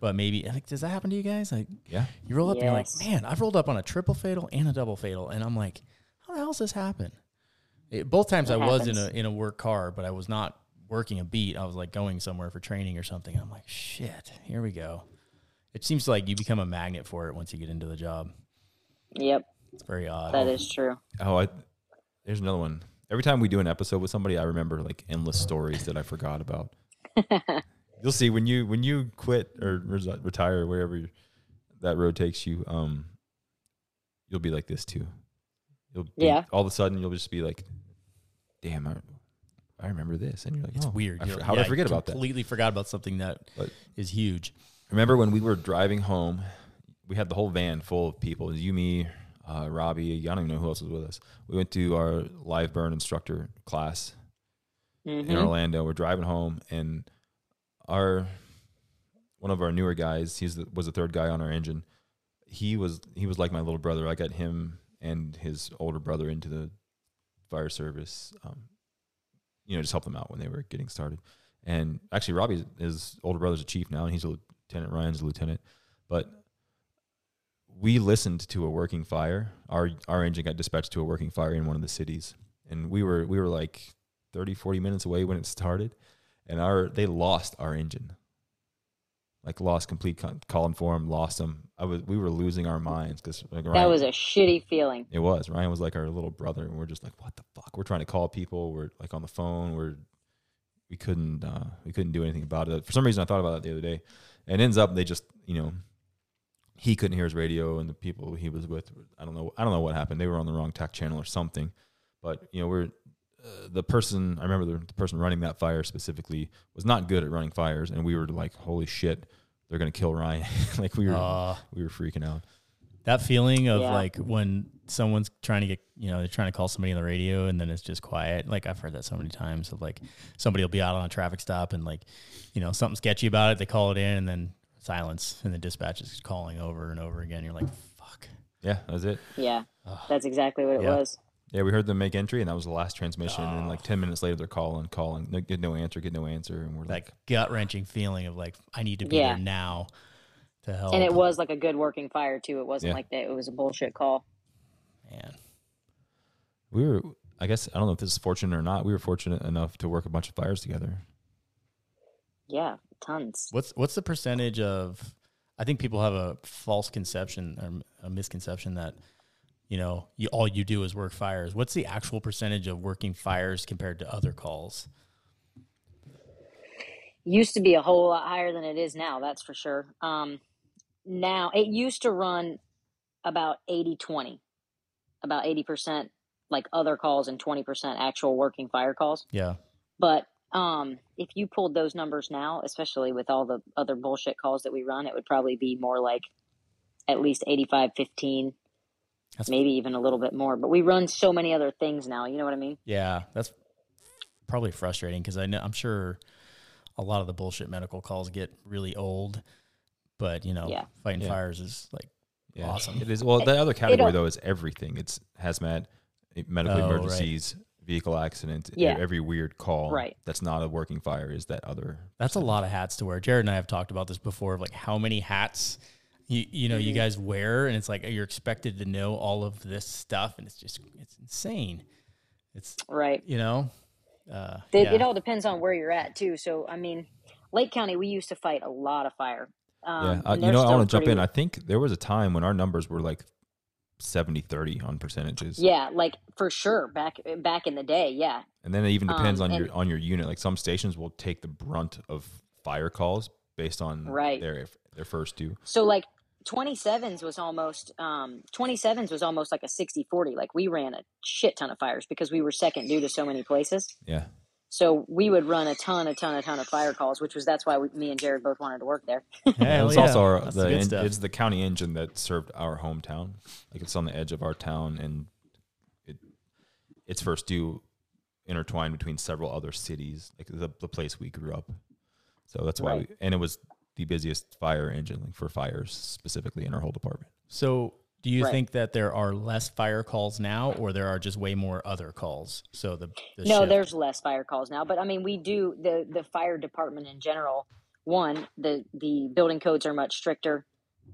Speaker 2: but maybe like does that happen to you guys? Like
Speaker 1: Yeah,
Speaker 2: you roll up
Speaker 3: Yes.
Speaker 2: and you're like, man, I've rolled up on a triple fatal and a double fatal, and I'm like, how the hell does this happen? It, both times I
Speaker 3: It
Speaker 2: was in a
Speaker 3: happens.
Speaker 2: in a work car, but I was not working a beat. I was like going somewhere for training or something. I'm like, shit, here we go. It seems like you become a magnet for it once you get into the job.
Speaker 3: Yep,
Speaker 2: It's very odd.
Speaker 3: that is true.
Speaker 1: Oh, I, there's another one. Every time we do an episode with somebody, I remember like endless stories that I forgot about. You'll see when you when you quit or resi- retire, wherever you- that road takes you, um, you'll be like this too. You'll be-
Speaker 3: Yeah.
Speaker 1: All of a sudden, you'll just be like, "Damn, I, I remember this," and you're like,
Speaker 2: It's
Speaker 1: "Oh,
Speaker 2: weird.
Speaker 1: I
Speaker 2: You're
Speaker 1: for-
Speaker 2: like,
Speaker 1: how
Speaker 2: yeah,
Speaker 1: did I forget about that?"
Speaker 2: Completely forgot about something that is
Speaker 1: But-
Speaker 2: huge.
Speaker 1: Remember when we were driving home, we had the whole van full of people. You, me, uh, Robbie. I don't even know who else was with us. We went to our live burn instructor class in
Speaker 3: hmm
Speaker 1: Orlando. We're driving home, and our one of our newer guys, he's the, was the third guy on our engine. He was he was like my little brother. I got him and his older brother into the fire service. Um, you know, just help them out when they were getting started. And actually, Robbie, his older brother's a chief now, and he's a lieutenant. Ryan's a lieutenant, but we listened to a working fire. Our our engine got dispatched to a working fire in one of the cities, and we were we were like 30 40 minutes away when it started and our they lost our engine like lost complete con- column form lost them i was we were losing our minds because like
Speaker 3: That
Speaker 1: Ryan-
Speaker 3: was a shitty feeling.
Speaker 1: it was ryan was like our little brother and we're just like what the fuck we're trying to call people we're like on the phone we're we couldn't uh we couldn't do anything about it for some reason i thought about that the other day and ends up they just you know he couldn't hear his radio and the people he was with i don't know i don't know what happened they were on the wrong tack channel or something but you know we're uh, the person i remember the, the person running that fire specifically was not good at running fires and we were like holy shit they're gonna kill ryan like we were
Speaker 2: Uh,
Speaker 1: we were freaking out
Speaker 2: that feeling of
Speaker 3: Yeah.
Speaker 2: like when someone's trying to get, you know, they're trying to call somebody on the radio and then it's just quiet. Like I've heard that so many times of like somebody will be out on a traffic stop and like, you know, something sketchy about it. They call it in and then silence and the dispatch is calling over and over again. You're like, fuck.
Speaker 1: yeah that was it
Speaker 3: Yeah, that's exactly what it
Speaker 2: Yeah.
Speaker 3: was.
Speaker 1: Yeah, we heard them make entry, and that was the last transmission. And then, like ten minutes later, they're calling, calling, no, get no answer, get no answer, and we're
Speaker 2: That
Speaker 1: like,
Speaker 2: gut wrenching feeling of like, I need to be
Speaker 3: Yeah.
Speaker 2: there now to help.
Speaker 3: And it was like a good working fire too. It wasn't
Speaker 1: Yeah.
Speaker 3: like that. It was a bullshit call.
Speaker 2: Man.
Speaker 1: we were. I guess I don't know if this is fortunate or not. We were fortunate enough to work a bunch of fires together.
Speaker 3: Yeah, tons.
Speaker 2: What's what's the percentage of? I think people have a false conception or m- a misconception that you know you, all you do is work fires. What's the actual percentage of working fires compared to other calls?
Speaker 3: used to be a whole lot higher than it is now that's for sure um now it used to run about 80 20 about 80% like other calls and 20% actual working fire calls
Speaker 2: Yeah,
Speaker 3: but um if you pulled those numbers now especially with all the other bullshit calls that we run it would probably be more like at least 85 15
Speaker 2: That's-
Speaker 3: maybe even a little bit more but we run so many other things now you know what i mean
Speaker 2: yeah, that's probably frustrating because I know I'm sure a lot of the bullshit medical calls get really old, but you know,
Speaker 3: Yeah.
Speaker 2: fighting
Speaker 1: Yeah.
Speaker 2: fires is like
Speaker 1: Yeah,
Speaker 2: Awesome.
Speaker 1: It is. Well, the other category
Speaker 3: it'll-
Speaker 1: though is everything. It's hazmat, eh, medical
Speaker 2: Oh, right.
Speaker 1: emergencies, vehicle accident, e-
Speaker 3: Yeah.
Speaker 1: every weird call
Speaker 3: Right.
Speaker 1: that's not a working fire is that other.
Speaker 2: That's a lot of hats to wear. Jared and I have talked about this before of like how many hats you you know you
Speaker 1: Mm-hmm.
Speaker 2: guys wear and it's like you're expected to know all of this stuff and it's just it's insane. It's
Speaker 3: right?
Speaker 2: you know uh
Speaker 3: It,
Speaker 2: yeah.
Speaker 3: it all depends on where you're at too. So I mean, Lake County, we used to fight a lot of fire. Um,
Speaker 1: yeah. I,
Speaker 3: and
Speaker 1: you
Speaker 3: they're
Speaker 1: know, I
Speaker 3: still
Speaker 1: want to jump
Speaker 3: pretty-
Speaker 1: in. I think there was a time when our numbers were like 70 30 on percentages.
Speaker 3: yeah, like for sure back back in the day. Yeah,
Speaker 1: And then it even depends
Speaker 3: Um,
Speaker 1: on
Speaker 3: and-
Speaker 1: your on your unit. Like some stations will take the brunt of fire calls based on
Speaker 3: Right.
Speaker 1: their their first two.
Speaker 3: so like 27s was almost um 27s was almost like a 60 40 like we ran a shit ton of fires because we were second due to so many places
Speaker 1: Yeah.
Speaker 3: so we would run a ton a ton a ton of fire calls which was that's why we, me and jared both wanted to work there
Speaker 2: Hell
Speaker 1: it's
Speaker 2: yeah.
Speaker 1: also our,
Speaker 2: That's
Speaker 1: the
Speaker 2: good
Speaker 1: en-
Speaker 2: stuff.
Speaker 1: it's the county engine that served our hometown. Like it's on the edge of our town, and it its first due intertwined between several other cities, like the, the place we grew up. So that's why,
Speaker 3: Right.
Speaker 1: we, and it was the busiest fire engine, like for fires specifically in our whole department.
Speaker 2: So, do you
Speaker 3: Right.
Speaker 2: think that there are less fire calls now, or there are just way more other calls? So the, the
Speaker 3: no
Speaker 2: shift-
Speaker 3: there's less fire calls now but i mean we do the the fire department in general one the the building codes are much stricter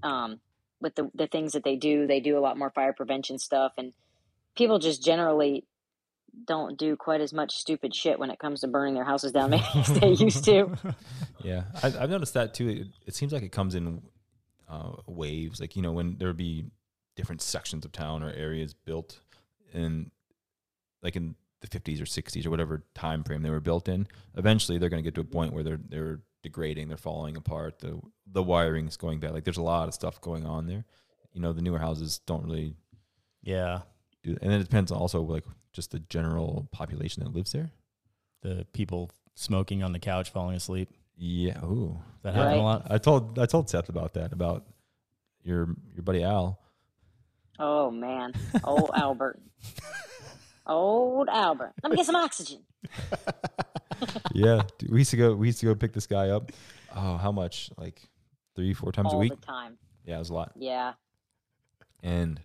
Speaker 3: um with the the things that they do they do a lot more fire prevention stuff and people just generally don't do quite as much stupid shit when it comes to burning their houses down maybe as they used to
Speaker 1: Yeah, I, I've noticed that too. It, it seems like it comes in uh, waves. Like you know, when there would be different sections of town or areas built, and like in the fifties or sixties or whatever time frame they were built in, eventually they're going to get to a point where they're they're degrading, they're falling apart, the the wiring's going bad. Like there's a lot of stuff going on there. You know, the newer houses don't really
Speaker 2: yeah,
Speaker 1: do, and then it depends also like just the general population that lives there.
Speaker 2: the people smoking on the couch, falling asleep.
Speaker 1: Yeah. Ooh.
Speaker 2: That
Speaker 3: Yeah.
Speaker 2: happened a
Speaker 3: Right.
Speaker 2: lot.
Speaker 1: I told I told Seth about that about your your buddy Al.
Speaker 3: oh man old albert old albert let me get some oxygen
Speaker 1: Yeah, dude, we used to go we used to go pick this guy up. Oh, how much? Like three four times a
Speaker 3: all
Speaker 1: week?
Speaker 3: the time
Speaker 1: Yeah, it was a lot.
Speaker 3: yeah
Speaker 1: And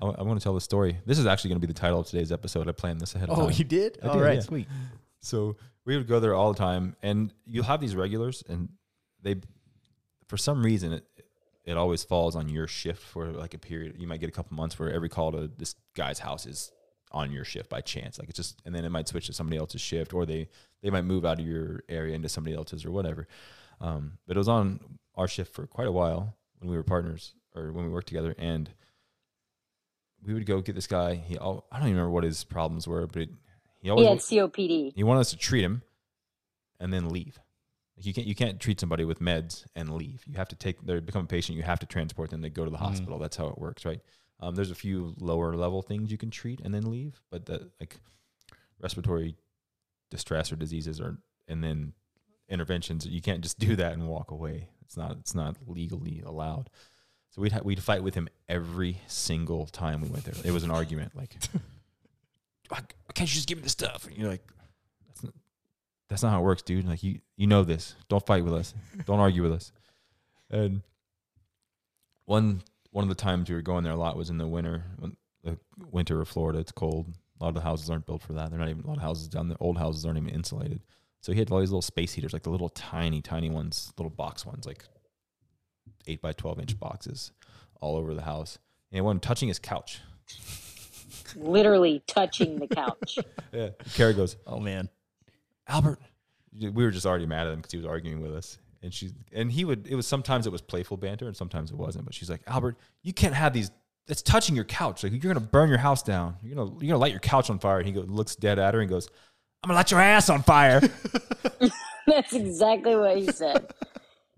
Speaker 1: I, want to tell this story. This is actually going to be the title of today's episode. I planned this ahead of
Speaker 3: Oh,
Speaker 1: time.
Speaker 2: Oh, did?
Speaker 1: I
Speaker 2: All right,
Speaker 1: did, yeah.
Speaker 2: sweet.
Speaker 1: So we would go there all the time, and you'll have these regulars, and they, for some reason, it, it always falls on your shift for like a period. You might get a couple months where every call to this guy's house is on your shift by chance, like it's just, and then it might switch to somebody else's shift, or they they might move out of your area into somebody else's or whatever. Um, but it was on our shift for quite a while when we were partners or when we worked together, and we would go get this guy. He, al- I don't even remember what his problems were, but it, he always
Speaker 3: he had copd
Speaker 1: he wanted us to treat him and then leave. Like you can't you can't treat somebody with meds and leave. You have to take they become a patient. You have to transport them. They go to the hospital. That's how it works, right? Um, there's a few lower level things you can treat and then leave, but the like respiratory distress or diseases are and then interventions you can't just do that and walk away. It's not it's not legally allowed. So we'd ha- we'd fight with him every single time we went there. It was an argument like, "Why can't you just give me the stuff? And you're like, that's not, that's not how it works, dude. Like you you know this. Don't fight with us. Don't argue with us. And one one of the times we were going there a lot was in the winter, when the winter of Florida. It's cold. A lot of the houses aren't built for that. They're not even a lot of houses down there. Old houses aren't even insulated. So he had all these little space heaters, like the little tiny, tiny ones, little box ones, like eight by twelve inch boxes, all over the house. And it wasn't touching his couch.
Speaker 3: literally touching the couch
Speaker 1: Yeah. Carrie goes,
Speaker 2: Oh man,
Speaker 1: Albert. We were just already mad at him because he was arguing with us. And she and he would it was sometimes it was playful banter and sometimes it wasn't. But she's like, Albert, you can't have these it's touching your couch. Like you're gonna burn your house down. You're gonna you're gonna light your couch on fire. And he go, looks dead at her and goes, I'm gonna light your ass on fire.
Speaker 3: That's exactly what he said.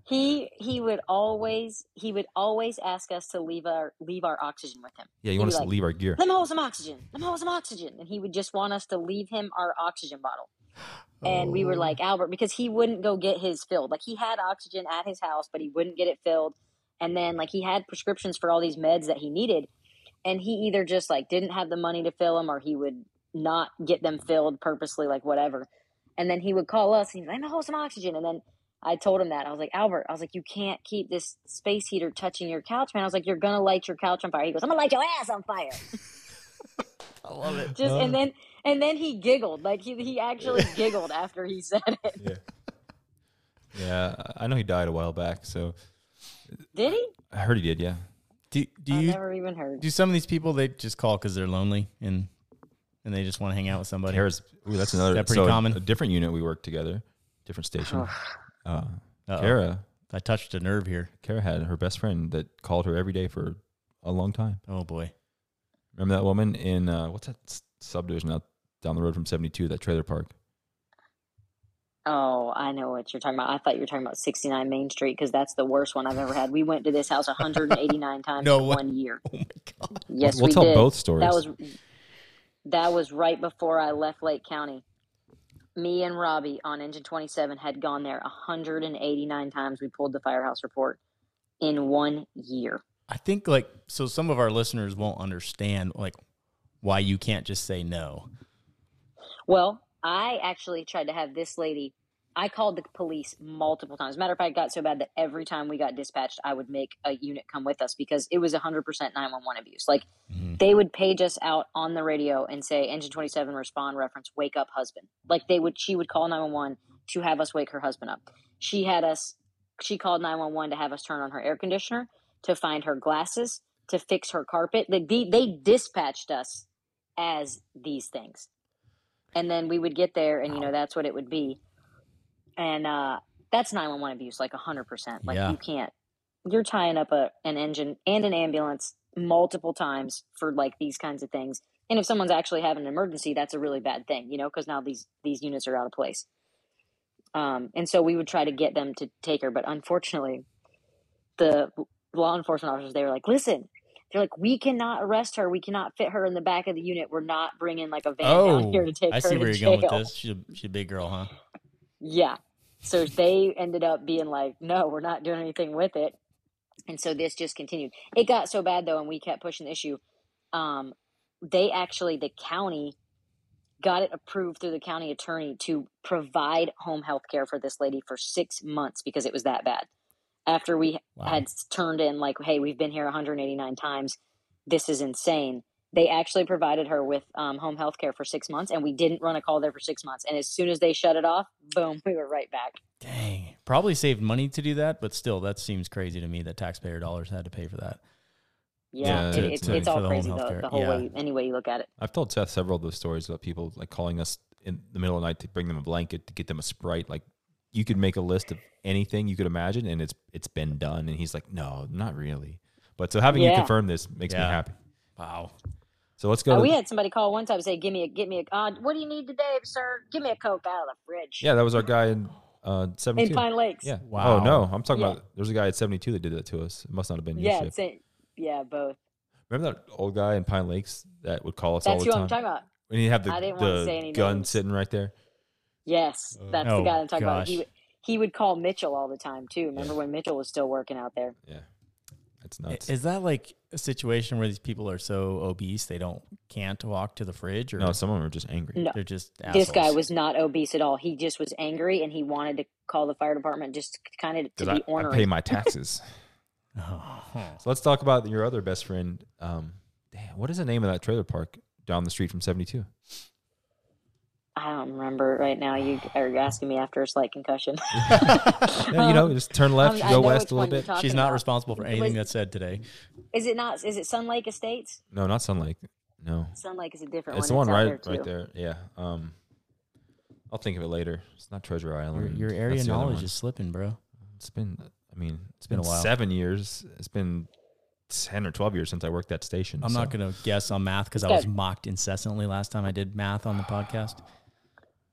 Speaker 3: He he would always he would always ask us to leave our leave our oxygen with him.
Speaker 1: yeah, you
Speaker 3: He'd
Speaker 1: want
Speaker 3: be
Speaker 1: us
Speaker 3: like,
Speaker 1: to leave our gear.
Speaker 3: Let me hold some oxygen. Let me hold some oxygen. And he would just want us to leave him our oxygen bottle. And we were like Albert because he wouldn't go get his filled. Like he had oxygen at his house, but he wouldn't get it filled. And then like he had prescriptions for all these meds that he needed, and he either just like didn't have the money to fill them, or he would not get them filled purposely, like whatever. And then he would call us and he's like, "I'm gonna hold some oxygen." And then I told him that I was like, "Albert, I was like, you can't keep this space heater touching your couch, man." I was like, "You're gonna light your couch on fire." He goes, "I'm gonna light your ass on fire."
Speaker 2: I love it.
Speaker 3: Just
Speaker 1: Uh.
Speaker 3: and then and then he giggled. Like he he actually giggled after he said it.
Speaker 1: Yeah. Yeah, I I know he died a while back, so
Speaker 3: Did he?
Speaker 1: I heard he did. Yeah,
Speaker 2: Do, do
Speaker 3: I
Speaker 2: you
Speaker 3: Oh, never even heard.
Speaker 2: do some of these people they just call because they're lonely and and they just want to hang out with somebody?
Speaker 1: Kara's. Ooh, that's another.
Speaker 2: that pretty
Speaker 1: so a-
Speaker 2: common?
Speaker 1: A, different unit we worked together, different station. uh,
Speaker 2: Uh-oh.
Speaker 1: Kara,
Speaker 2: I touched a nerve here.
Speaker 1: Kara had her best friend that called her every day for a long time.
Speaker 2: Oh boy.
Speaker 1: Remember that woman in uh, what's that s- subdivision out down the road from seventy two? That trailer park.
Speaker 3: Oh, I know what you're talking about. I thought you were talking about 69 Main Street because that's the worst one I've ever had. We went to this house 189 times
Speaker 2: No
Speaker 3: in
Speaker 2: way.
Speaker 3: one year.
Speaker 2: Oh my god.
Speaker 3: Yes,
Speaker 1: we'll
Speaker 3: we
Speaker 1: tell
Speaker 3: did.
Speaker 1: both stories.
Speaker 3: That was that was right before I left Lake County. Me and Robbie on engine 27 had gone there 189 times. We pulled the firehouse report in one year.
Speaker 2: I think like so some of our listeners won't understand like why you can't just say no.
Speaker 3: Well, I actually tried to have this lady. I called the police multiple times. Matter of fact, it got so bad that every time we got dispatched, I would make a unit come with us because it was 100% 911 abuse. Like
Speaker 2: Mhm.
Speaker 3: they would page us out on the radio and say, engine 27 respond reference, wake up husband. Like they would, she would call 911 to have us wake her husband up. She had us, she called 911 to have us turn on her air conditioner, to find her glasses, to fix her carpet. They, they, they dispatched us as these things. And then we would get there, and you know that's what it would be. And uh, that's nine one one abuse, like hundred percent. Like
Speaker 2: Yeah.
Speaker 3: you can't, you're tying up a an engine and an ambulance multiple times for like these kinds of things. And if someone's actually having an emergency, that's a really bad thing, you know, because now these these units are out of place. Um, and so we would try to get them to take her, but unfortunately, the law enforcement officers they were like, "Listen, they're like, we cannot arrest her. We cannot fit her in the back of the unit. We're not bringing like a van down here to take
Speaker 2: Oh, I
Speaker 3: her
Speaker 2: see
Speaker 3: to
Speaker 2: where you're
Speaker 3: jail.
Speaker 2: going with this. She's a, she's a big girl, huh?
Speaker 3: Yeah. So they ended up being like, no, we're not doing anything with it. And so this just continued. It got so bad though, and we kept pushing the issue. Um, they actually, the county got it approved through the county attorney to provide home health care for this lady for six months because it was that bad. After we
Speaker 2: Wow.
Speaker 3: had s- turned in like, "Hey, we've been here 189 times. This is insane." They actually provided her with um, home health care for six months, and we didn't run a call there for six months. And as soon as they shut it off, boom, we were right back.
Speaker 2: Dang. Probably saved money to do that, but still that seems crazy to me that taxpayer dollars had to pay for that.
Speaker 1: Yeah,
Speaker 3: Yeah, it,
Speaker 1: to-
Speaker 3: it's,
Speaker 1: to-
Speaker 3: it's
Speaker 2: for
Speaker 3: all
Speaker 2: the home
Speaker 3: crazy
Speaker 2: health
Speaker 3: though,
Speaker 2: care.
Speaker 3: the whole
Speaker 2: Yeah.
Speaker 3: way, any way you look at it.
Speaker 1: I've told Seth several of those stories about people like calling us in the middle of the night to bring them a blanket to get them a sprite. Like you could make a list of anything you could imagine, and it's it's been done. And he's like, no, not really. But so having you
Speaker 3: Yeah.
Speaker 1: confirm this makes me
Speaker 2: Yeah.
Speaker 1: happy.
Speaker 2: Wow.
Speaker 1: So let's go.
Speaker 3: Uh,
Speaker 1: to
Speaker 3: we
Speaker 1: the-
Speaker 3: had somebody call one time and say, "Give me a, give me a, uh, what do you need today, sir? Give me a coke out of the fridge."
Speaker 1: yeah, that was our guy in uh, seventy
Speaker 3: in
Speaker 1: two.
Speaker 3: Pine Lakes.
Speaker 1: Yeah.
Speaker 2: Wow.
Speaker 1: Oh no, I'm talking
Speaker 3: Yeah.
Speaker 1: about there's a guy at seventy two that did that to us. It must not have been your
Speaker 3: yeah,
Speaker 1: shift.
Speaker 3: same- yeah, both.
Speaker 1: Remember that old guy in Pine Lakes that would call us all
Speaker 3: That's
Speaker 1: the
Speaker 3: who
Speaker 1: time?
Speaker 3: I'm talking about.
Speaker 1: And he'd have the,
Speaker 3: I didn't wanna say
Speaker 1: the
Speaker 3: any
Speaker 1: gun
Speaker 3: names.
Speaker 1: sitting right there.
Speaker 3: Yes, that's
Speaker 2: Oh,
Speaker 3: the guy I'm talking about. He
Speaker 2: gosh.
Speaker 3: w- he would call Mitchell all the time too. Remember when Mitchell was still working out there?
Speaker 1: Yeah, that's
Speaker 2: I-
Speaker 1: nuts.
Speaker 2: Is that like a situation where these people are so obese they don't can't walk to the fridge or
Speaker 1: no, some of them are just angry.
Speaker 3: No.
Speaker 2: they're just
Speaker 3: This guy
Speaker 2: assholes?
Speaker 3: was not obese at all. He just was angry and he wanted to call the fire department just kind of to
Speaker 1: Because
Speaker 3: be
Speaker 1: I, I pay
Speaker 3: ornery.
Speaker 1: my taxes.
Speaker 2: Oh.
Speaker 1: so let's talk about your other best friend. Um, damn, what is the name of that trailer park down the street from 72?
Speaker 3: I don't remember right now. You are asking me after a slight concussion.
Speaker 1: Yeah, you know, just turn left,
Speaker 3: Um,
Speaker 1: you
Speaker 3: I
Speaker 1: go
Speaker 3: know
Speaker 1: west
Speaker 3: which
Speaker 1: a little
Speaker 3: one you're
Speaker 1: bit.
Speaker 3: talking
Speaker 2: She's not
Speaker 3: about.
Speaker 2: responsible for
Speaker 3: It
Speaker 2: anything
Speaker 3: was-
Speaker 2: that's said today.
Speaker 3: Is it not? Is it Sun Lake Estates?
Speaker 1: No, not Sunlake. No,
Speaker 3: Sun Lake is a different
Speaker 1: it's the
Speaker 3: one.
Speaker 1: one
Speaker 3: that's out
Speaker 1: right,
Speaker 3: there,
Speaker 1: right
Speaker 3: too.
Speaker 1: there. Yeah. Um, I'll think of it later. It's not Treasure
Speaker 2: Your,
Speaker 1: Island.
Speaker 2: your
Speaker 1: Mm, That's
Speaker 2: area
Speaker 1: the other
Speaker 2: knowledge
Speaker 1: one.
Speaker 2: is slipping, bro.
Speaker 1: It's been. I mean, it's
Speaker 2: Been
Speaker 1: been,
Speaker 2: a while.
Speaker 1: seven years. It's been ten or twelve years since I worked that station.
Speaker 2: I'm not
Speaker 1: so-
Speaker 2: going to guess on math because I
Speaker 3: Okay.
Speaker 2: was mocked incessantly last time I did math on the podcast.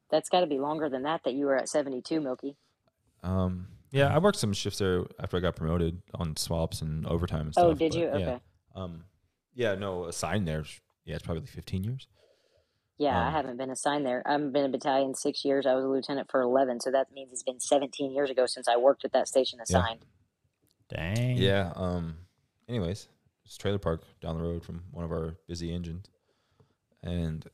Speaker 3: That's got to be longer than that. That you were at seventy two, Milky.
Speaker 1: Um, yeah, I worked some shifts there after I got promoted on swaps and overtime and stuff.
Speaker 3: Oh, did
Speaker 1: but
Speaker 3: you?
Speaker 1: Yeah.
Speaker 3: Okay.
Speaker 1: Um, yeah, no, a sign there. sh- Yeah, it's probably like 15 years.
Speaker 3: Yeah, I
Speaker 1: Um,
Speaker 3: haven't been assigned there. I've been a battalion six years. I was a lieutenant for eleven, so that means it's been seventeen years ago since I worked at that station assigned.
Speaker 2: Dang.
Speaker 1: Yeah. Um. Anyways, it's a trailer park down the road from one of our busy engines, and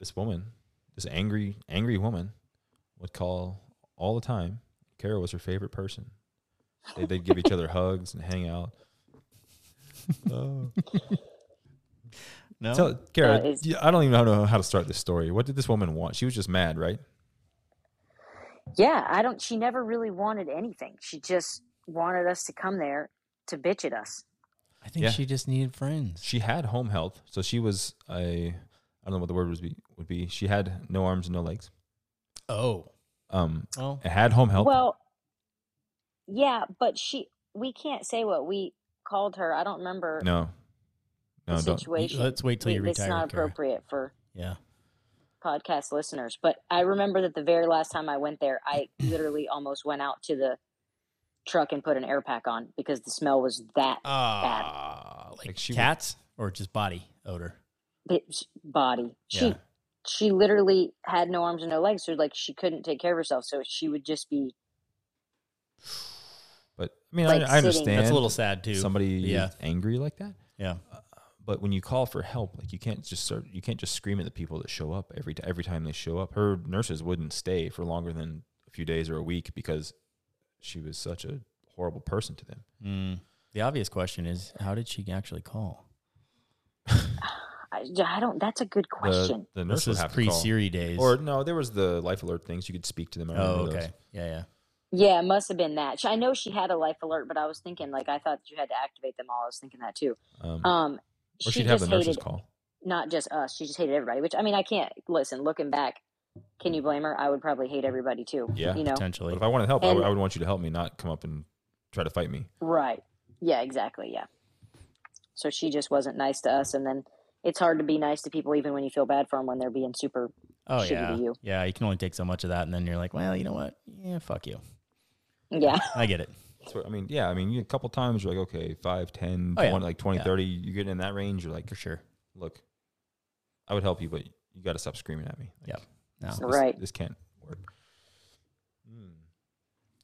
Speaker 1: this woman, this angry, angry woman, would call all the time. Kara was her favorite person. They, they'd give each other hugs and hang out. Oh.
Speaker 2: No.
Speaker 1: Tell, Kara,
Speaker 3: Uh, it's-
Speaker 1: yeah, I don't even know how to start this story. What did this woman want? She was just mad, right?
Speaker 3: Yeah, I don't. She never really wanted anything. She just wanted us to come there to bitch at us.
Speaker 2: I think
Speaker 1: Yeah.
Speaker 2: she just needed friends.
Speaker 1: She had home health, so she was a I don't know what the word would be. Would be she had no arms and no legs.
Speaker 2: oh.
Speaker 1: Um,
Speaker 2: Well,
Speaker 1: had home health.
Speaker 3: Well, yeah, but she. We can't say what we called her. I don't remember
Speaker 1: no,
Speaker 3: the
Speaker 1: no, don't.
Speaker 3: situation.
Speaker 2: Let's wait till you
Speaker 3: It's
Speaker 2: retire,
Speaker 3: not
Speaker 2: Kara.
Speaker 3: appropriate for
Speaker 2: yeah.
Speaker 3: podcast listeners. But I remember that the very last time I went there, I literally almost went out to the truck and put an air pack on because the smell was that
Speaker 2: Ah, like,
Speaker 1: Like she-
Speaker 2: cats or just body odor.
Speaker 3: bitch body. She
Speaker 2: Yeah.
Speaker 3: she literally had no arms and no legs, so like she couldn't take care of herself. So she would just be
Speaker 1: But I mean,
Speaker 3: Like
Speaker 1: I, I
Speaker 3: sitting-
Speaker 1: understand.
Speaker 2: That's a little sad too.
Speaker 1: Somebody
Speaker 2: Yeah.
Speaker 1: angry like that.
Speaker 2: yeah.
Speaker 1: But when you call for help, like you can't just start, you can't just scream at the people that show up every t- every time they show up. Her nurses wouldn't stay for longer than a few days or a week because she was such a horrible person to them.
Speaker 2: Mm. The obvious question is, how did she actually call?
Speaker 3: I, I don't. That's a good
Speaker 1: The,
Speaker 3: question.
Speaker 1: the nurse
Speaker 2: This
Speaker 1: would
Speaker 2: is
Speaker 1: have to
Speaker 2: pre
Speaker 1: call.
Speaker 2: Siri days.
Speaker 1: Or no, there was the life alert things you could speak to them. I
Speaker 2: oh,
Speaker 1: remember
Speaker 2: okay.
Speaker 1: those.
Speaker 2: Yeah, yeah.
Speaker 3: yeah, it must have been that. She- I know she had a life alert, but I was thinking like I thought you had to activate them all. I was thinking that too.
Speaker 1: Um,
Speaker 3: Um,
Speaker 1: or
Speaker 3: she
Speaker 1: she'd have
Speaker 3: just
Speaker 1: the nurses
Speaker 3: hated
Speaker 1: call.
Speaker 3: not just us. She just hated everybody. Which I mean, I can't listen. Looking back, can you blame her? I would probably hate everybody too.
Speaker 1: Yeah,
Speaker 3: you know,
Speaker 1: But
Speaker 2: Potentially.
Speaker 1: if I wanted help, I
Speaker 3: And-
Speaker 1: would- I would want you to help me, not come up and try to fight me.
Speaker 3: Right. Yeah, exactly. Yeah. So she just wasn't nice to us. And then it's hard to be nice to people even when you feel bad for them when they're being super.
Speaker 2: Oh
Speaker 3: Should be
Speaker 2: yeah.
Speaker 3: you.
Speaker 2: Yeah, you can only take so much of that and then you're like, well, you know what? Yeah, fuck you.
Speaker 3: Yeah.
Speaker 2: I get it.
Speaker 1: That's what I mean. Yeah, I mean, you, a couple times you're like, okay, 5, 10,
Speaker 2: Oh, yeah.
Speaker 1: 20, like 20,
Speaker 2: Yeah.
Speaker 1: 30, you get in that range, you're like,
Speaker 2: For sure.
Speaker 1: look, I would help you, but you got to stop screaming at me. Like,
Speaker 2: Yep. No.
Speaker 1: this-
Speaker 3: Right.
Speaker 1: This can't work. Hmm.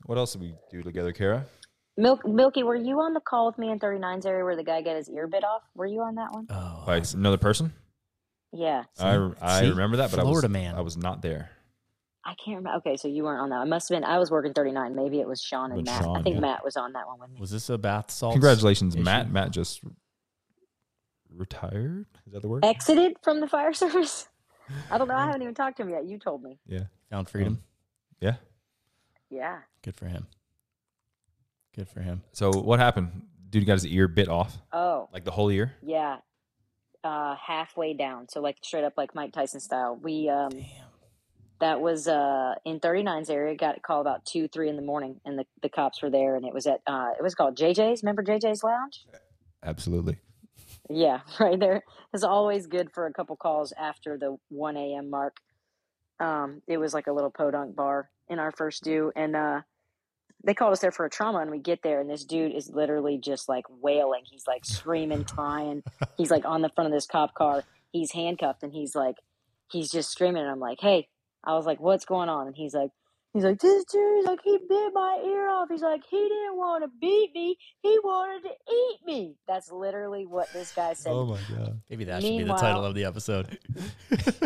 Speaker 1: What else did we do together, Kara?
Speaker 3: Milk, Milky, were you on the call with me in 39's area where the guy got his ear bit off? Were you on that one?
Speaker 2: Oh,
Speaker 1: By another person?
Speaker 3: Yeah.
Speaker 1: I, I
Speaker 2: See?
Speaker 1: remember that, but
Speaker 2: Florida
Speaker 1: I was,
Speaker 2: man.
Speaker 1: I was not there.
Speaker 3: I can't remember. Okay, so you weren't on that. I must have been. I was working 39. Maybe it was Sean and
Speaker 1: With
Speaker 3: Matt.
Speaker 1: Sean,
Speaker 3: I think
Speaker 1: yeah.
Speaker 3: Matt was on that one with me.
Speaker 2: Was this a bath salt?
Speaker 1: Congratulations,
Speaker 2: issue.
Speaker 1: Matt. Matt just retired. Is that the word?
Speaker 3: Exited from the fire service? I don't know. I haven't even talked to him yet. You told me.
Speaker 1: yeah.
Speaker 2: Found freedom.
Speaker 1: Yeah.
Speaker 3: Yeah.
Speaker 2: Good for him. Good for him.
Speaker 1: So what happened? Dude got his ear bit off,
Speaker 3: Oh.
Speaker 1: like the whole ear.
Speaker 3: Yeah. Uh, halfway down. So like straight up like Mike Tyson style. We um that was uh in 39's area, got a call about two, three in the morning and the, the cops were there and it was at uh it was called JJ's. Remember JJ's Lounge?
Speaker 1: Absolutely.
Speaker 3: Yeah, right there is always good for a couple calls after the one AM mark. Um, it was like a little podunk bar in our first do and uh they called us there for a trauma and we get there and this dude is literally just like wailing. He's like screaming, crying. He's like on the front of this cop car. He's handcuffed and he's like he's just screaming and I'm like, Hey, I was like, What's going on? And he's like He's like, this dude's like, he bit my ear off. He's like, he didn't want to beat me. He wanted to eat me. That's literally what this guy said.
Speaker 1: my
Speaker 2: Oh
Speaker 1: god.
Speaker 2: Maybe that should be the title
Speaker 3: Meanwhile-
Speaker 2: of the episode.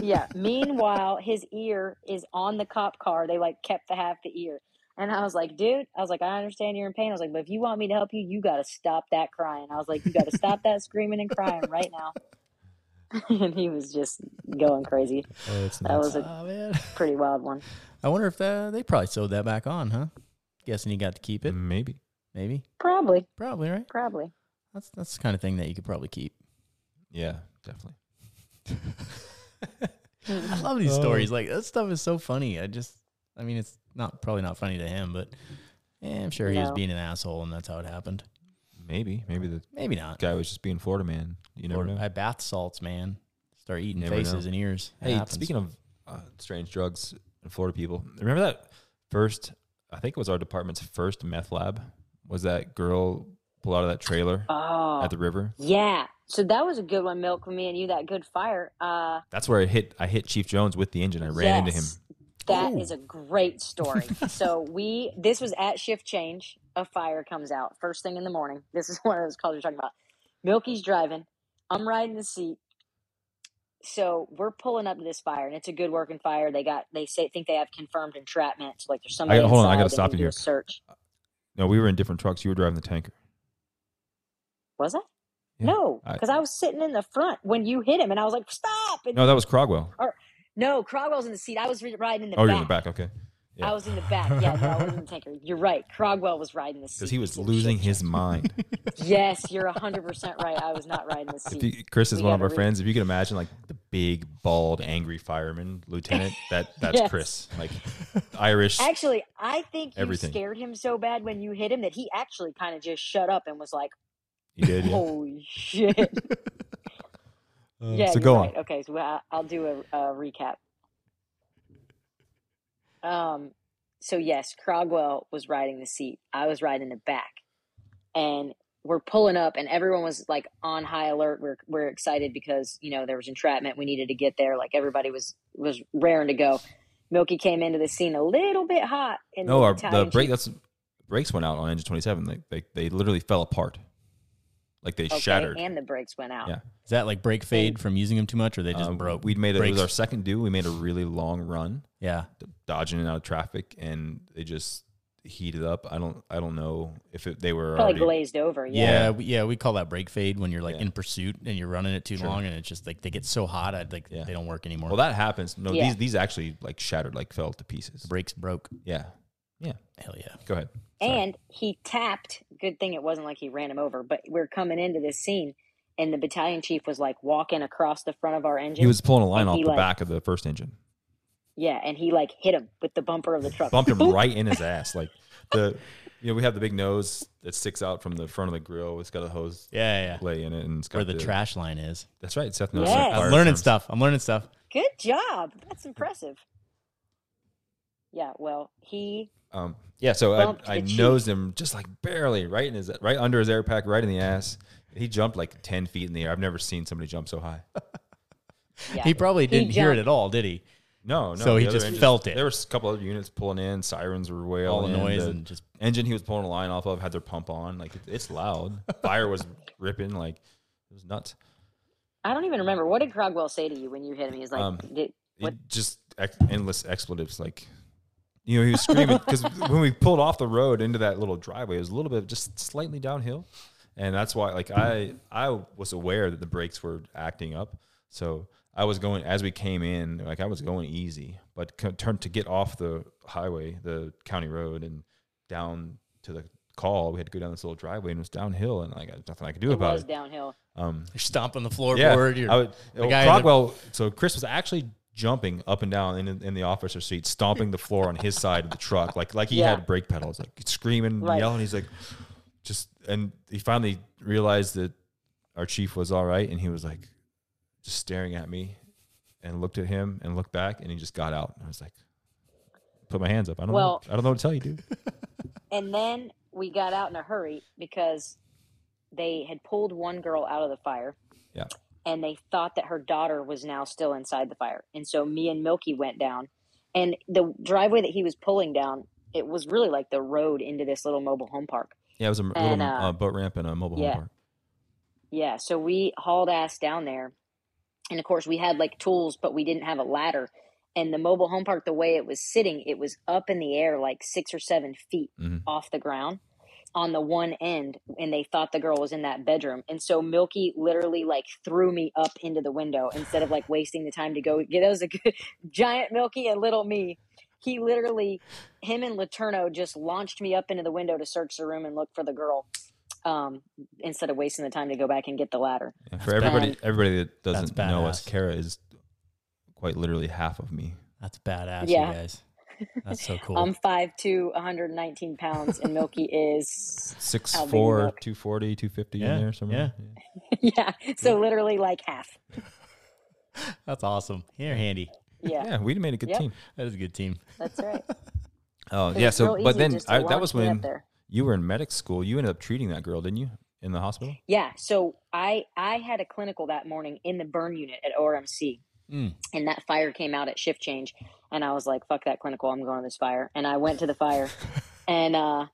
Speaker 3: yeah. Meanwhile, his ear is on the cop car. They like kept the half the ear. And I was like, dude, I was like, I understand you're in pain. I was like, but if you want me to help you, you got to stop that crying. I was like, you got to stop that screaming and crying right now. and he was just going crazy.
Speaker 1: Oh, that's
Speaker 3: That was a
Speaker 2: oh man.
Speaker 3: pretty wild one.
Speaker 2: I wonder if that, they probably sewed that back on, huh? Guessing you got to keep it,
Speaker 1: Maybe.
Speaker 2: maybe,
Speaker 3: Probably,
Speaker 2: probably, right?
Speaker 3: probably.
Speaker 2: That's that's the kind of thing that you could probably keep.
Speaker 1: Yeah, definitely.
Speaker 2: I love these
Speaker 1: Oh.
Speaker 2: stories. Like that stuff is so funny. I just, I mean, it's not probably not funny to him, but eh, I'm sure he was
Speaker 3: No.
Speaker 2: being an asshole, and that's how it happened.
Speaker 1: Maybe. Maybe the
Speaker 2: Maybe not.
Speaker 1: guy was just being Florida man. You never
Speaker 2: Or
Speaker 1: know.
Speaker 2: I bath salts, man. Start eating
Speaker 1: Never
Speaker 2: faces
Speaker 1: know.
Speaker 2: and ears. It
Speaker 1: hey,
Speaker 2: happens.
Speaker 1: speaking of uh, strange drugs and Florida people, remember that first? I think it was our department's first meth lab. Was that girl pulled out of that trailer
Speaker 2: Uh,
Speaker 3: Oh,
Speaker 1: at the river?
Speaker 3: yeah. So that was a good one, Milk, for me and you, that good fire. Uh,
Speaker 1: That's where I hit. I hit Chief Jones with the engine. I ran into him.
Speaker 3: Yes. That is
Speaker 2: Ooh.
Speaker 3: a great story. so we this was at shift change. A fire comes out first thing in the morning. This is one of those calls you're talking about. Milky's driving. I'm riding the seat. So we're pulling up to this fire, and it's a good working fire. They got they say think they have confirmed entrapment. So like there's somebody.
Speaker 1: hold on, I
Speaker 3: inside,
Speaker 1: gotta
Speaker 3: they
Speaker 1: stop
Speaker 3: need
Speaker 1: you
Speaker 3: to do
Speaker 1: here.
Speaker 3: a Search.
Speaker 1: No, we were in different trucks. You were driving the tanker.
Speaker 3: Was I?
Speaker 1: Yeah,
Speaker 3: no,
Speaker 1: I-
Speaker 3: because I, was sitting in the front when you hit him, and I was like, "Stop!" And no,
Speaker 1: No, that was Crogwell.
Speaker 3: Crogwell's in the seat. I was re- riding in the
Speaker 1: oh,
Speaker 3: back.
Speaker 1: you're in the back. Okay. yeah.
Speaker 3: I was in the back. Yeah, no, I was in the tanker. You're right. Crogwell was riding the seat.
Speaker 1: Because he was
Speaker 3: Piece of
Speaker 1: losing
Speaker 3: shit.
Speaker 1: his mind.
Speaker 3: Yes, you're 100 percent right. I was not riding the seat.
Speaker 1: If you, Chris is
Speaker 3: We
Speaker 1: one of
Speaker 3: gotta
Speaker 1: our
Speaker 3: re-
Speaker 1: friends. If you can imagine, like the big, bald, angry fireman lieutenant, that that's
Speaker 3: Yes.
Speaker 1: Chris. Like Irish.
Speaker 3: Actually, I think you
Speaker 1: Everything.
Speaker 3: scared him so bad when you hit him that he actually kind of just shut up and was like,
Speaker 1: He did. Yeah.
Speaker 3: "Holy shit!"
Speaker 1: Uh,
Speaker 3: yeah,
Speaker 1: so
Speaker 3: you're
Speaker 1: go
Speaker 3: right.
Speaker 1: on.
Speaker 3: Okay, so I- I'll do a, a recap. Um, so yes, Crogwell was riding the seat. I was riding the back, and we're pulling up, and everyone was like on high alert. We're we're excited because you know there was entrapment. We needed to get there. Like everybody was was raring to go. Milky came into the scene a little bit hot. In
Speaker 1: No,
Speaker 3: the,
Speaker 1: our, the
Speaker 3: Italian
Speaker 1: brake.
Speaker 3: Jeep.
Speaker 1: That's brakes went out on engine 27. Like they, they literally fell apart. Like they
Speaker 3: Okay,
Speaker 1: shattered.
Speaker 3: and the brakes went out.
Speaker 1: Yeah.
Speaker 2: Is that like break fade from using them too much, or they just
Speaker 1: Um,
Speaker 2: broke?
Speaker 1: We'd made a, it was
Speaker 2: Uh, Brakes.
Speaker 1: our second do. We made a really long run,
Speaker 2: yeah,
Speaker 1: d- dodging and out of traffic, and they just heated up. I don't I don't know if it, they were
Speaker 3: Probably
Speaker 1: already-
Speaker 3: glazed over.
Speaker 2: yeah,
Speaker 3: Yeah.
Speaker 2: yeah. We, yeah, we call that break fade when you're like
Speaker 1: Yeah.
Speaker 2: in pursuit and you're running it too
Speaker 1: Sure.
Speaker 2: long, and it's just like they get so hot, I like
Speaker 1: Yeah.
Speaker 2: they don't work anymore.
Speaker 1: Well, that happens. No,
Speaker 3: Yeah.
Speaker 1: these these actually like shattered, like fell to pieces.
Speaker 2: the brakes broke.
Speaker 1: Yeah.
Speaker 2: Hell yeah!
Speaker 1: Go ahead. Sorry.
Speaker 3: And he tapped. Good thing it wasn't like he ran him over, but we're coming into this scene, and the battalion chief was like walking across the front of our engine.
Speaker 1: He was pulling a line
Speaker 3: and
Speaker 1: off
Speaker 3: he,
Speaker 1: the
Speaker 3: like-
Speaker 1: back of the first engine,
Speaker 3: yeah, and he like hit him with the bumper of the truck.
Speaker 1: bumped him
Speaker 3: Boop.
Speaker 1: right in his ass. Like the, you know, we have the big nose that sticks out from the front of the grill. It's got a hose
Speaker 2: Yeah, yeah. yeah.
Speaker 1: lay in it, and it's got
Speaker 2: Where the trash line is.
Speaker 1: That's right, Seth knows.
Speaker 3: Yes.
Speaker 1: that fire
Speaker 2: I'm learning
Speaker 1: terms.
Speaker 2: stuff. I'm learning stuff.
Speaker 3: Good job. That's impressive. Yeah. Well, he
Speaker 1: Um, yeah, so I,
Speaker 3: Bumped
Speaker 1: I
Speaker 3: the cheek.
Speaker 1: nosed him just like barely right in his right under his air pack, right in the ass. He jumped like ten feet in the air. I've never seen somebody jump so high.
Speaker 3: yeah.
Speaker 2: He probably didn't hear it at
Speaker 3: jumped.
Speaker 2: all, did he?
Speaker 1: No, no.
Speaker 2: So he
Speaker 1: the other
Speaker 2: just felt it.
Speaker 1: There was a couple other units pulling in. Sirens were way
Speaker 2: All the
Speaker 1: in.
Speaker 2: noise and just
Speaker 1: engine he was pulling a line off of had their pump on. Like it, it's loud. Fire was ripping. Like it was nuts.
Speaker 3: I don't even remember what did Crogwell say to you when you hit him. He was like,
Speaker 1: Um,
Speaker 3: did,
Speaker 1: It
Speaker 3: What-
Speaker 1: just ex- endless expletives. Like you know, he was screaming because when we pulled off the road into that little driveway, it was a little bit just slightly downhill, and that's why like I I was aware that the brakes were acting up, so I was going as we came in like I was going easy, but co- turned to get off the highway, the county road, and down to the call. We had to go down this little driveway and it was downhill, and like there's nothing I could do
Speaker 3: it
Speaker 1: about
Speaker 3: was
Speaker 1: it.
Speaker 3: downhill.
Speaker 1: Um,
Speaker 2: you're stomping the floorboard. You're,
Speaker 1: I would, well,
Speaker 2: guy in the-
Speaker 1: Crockwell. So Chris was actually jumping up and down in, in the officer's seat, stomping the floor on his side of the truck, like like he
Speaker 3: Yeah.
Speaker 1: had brake pedals, like screaming,
Speaker 3: Right.
Speaker 1: yelling. He's like, just and he finally realized that our chief was all right, and he was like, just staring at me, and looked at him and looked back, and he just got out. And I was like, put my hands up. I don't
Speaker 3: Well-
Speaker 1: know. I don't know what to tell you, dude.
Speaker 3: And then we got out in a hurry because they had pulled one girl out of the fire.
Speaker 1: Yeah.
Speaker 3: And they thought that her daughter was now still inside the fire. And so me and Milky went down. And the driveway that he was pulling down, it was really like the road into this little mobile home park.
Speaker 1: Yeah, it was a m- little
Speaker 3: And, uh,
Speaker 1: uh, boat ramp and a mobile
Speaker 3: yeah.
Speaker 1: home park.
Speaker 3: Yeah. So we hauled ass down there. And of course, we had like tools, but we didn't have a ladder. And the mobile home park, the way it was sitting, it was up in the air like six or seven feet
Speaker 1: Mhm.
Speaker 3: off the ground on the one end and they thought the girl was in that bedroom and so milky literally like threw me up into the window instead of like wasting the time to go get those a good giant milky and little me he literally him and laterno just launched me up into the window to search the room and look for the girl um, instead of wasting the time to go back and get the ladder
Speaker 1: Yeah, for everybody,
Speaker 3: bad.
Speaker 1: everybody that
Speaker 2: That's
Speaker 1: doesn't know us,
Speaker 2: badass.
Speaker 1: Kara is quite literally half of me.
Speaker 2: that's badass,
Speaker 3: Yeah. Um,
Speaker 2: you guys. That's so cool.
Speaker 3: i'm 5 to 119 pounds and milky is
Speaker 1: Six
Speaker 3: How big you
Speaker 1: four,
Speaker 3: look.
Speaker 1: two forty, two fifty
Speaker 2: Yeah,
Speaker 1: in there somewhere. Yeah.
Speaker 3: yeah so literally like half
Speaker 2: that's awesome. You're handy.
Speaker 3: yeah,
Speaker 1: Yeah, we made a good
Speaker 3: Yep.
Speaker 1: team.
Speaker 2: That is a good team.
Speaker 3: that's right
Speaker 1: Oh
Speaker 3: It
Speaker 1: yeah,
Speaker 3: was
Speaker 1: so
Speaker 3: real
Speaker 1: but
Speaker 3: easy
Speaker 1: then
Speaker 3: just to
Speaker 1: I, that
Speaker 3: launch
Speaker 1: was
Speaker 3: me up
Speaker 1: when
Speaker 3: there.
Speaker 1: you were in medic school. You ended up treating that girl, didn't you, in the hospital?
Speaker 3: Yeah, so I I had a clinical that morning in the burn unit at ORMC,
Speaker 2: Mm.
Speaker 3: and that fire came out at shift change, and I was like, "Fuck that clinical! I'm going to this fire." And I went to the fire, and uh,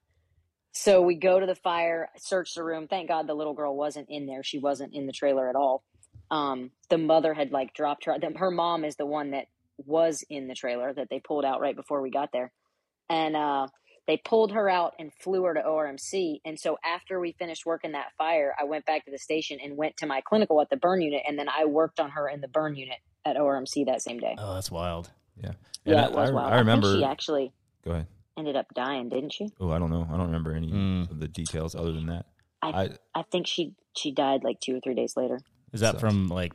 Speaker 3: so we go to the fire, search the room. Thank God the little girl wasn't in there; she wasn't in the trailer at all. Um, the mother had like dropped her. the- Her mom is the one that was in the trailer that they pulled out right before we got there, and uh, They pulled her out and flew her to ORMC. And so after we finished working that fire, I went back to the station and went to my clinical at the burn unit. And then I worked on her in the burn unit at ORMC that same day.
Speaker 2: Oh, that's wild.
Speaker 1: Yeah. And
Speaker 3: yeah,
Speaker 1: I,
Speaker 3: it was
Speaker 1: I-
Speaker 3: wild.
Speaker 1: I remember.
Speaker 3: think she actually
Speaker 1: go ahead.
Speaker 3: ended up dying, didn't she?
Speaker 1: Oh, I don't know. I don't remember any
Speaker 2: Mm.
Speaker 1: of the details other than that.
Speaker 3: I-
Speaker 1: I
Speaker 3: I think she she died like two or three days later.
Speaker 2: Is that
Speaker 1: Sucks.
Speaker 2: from like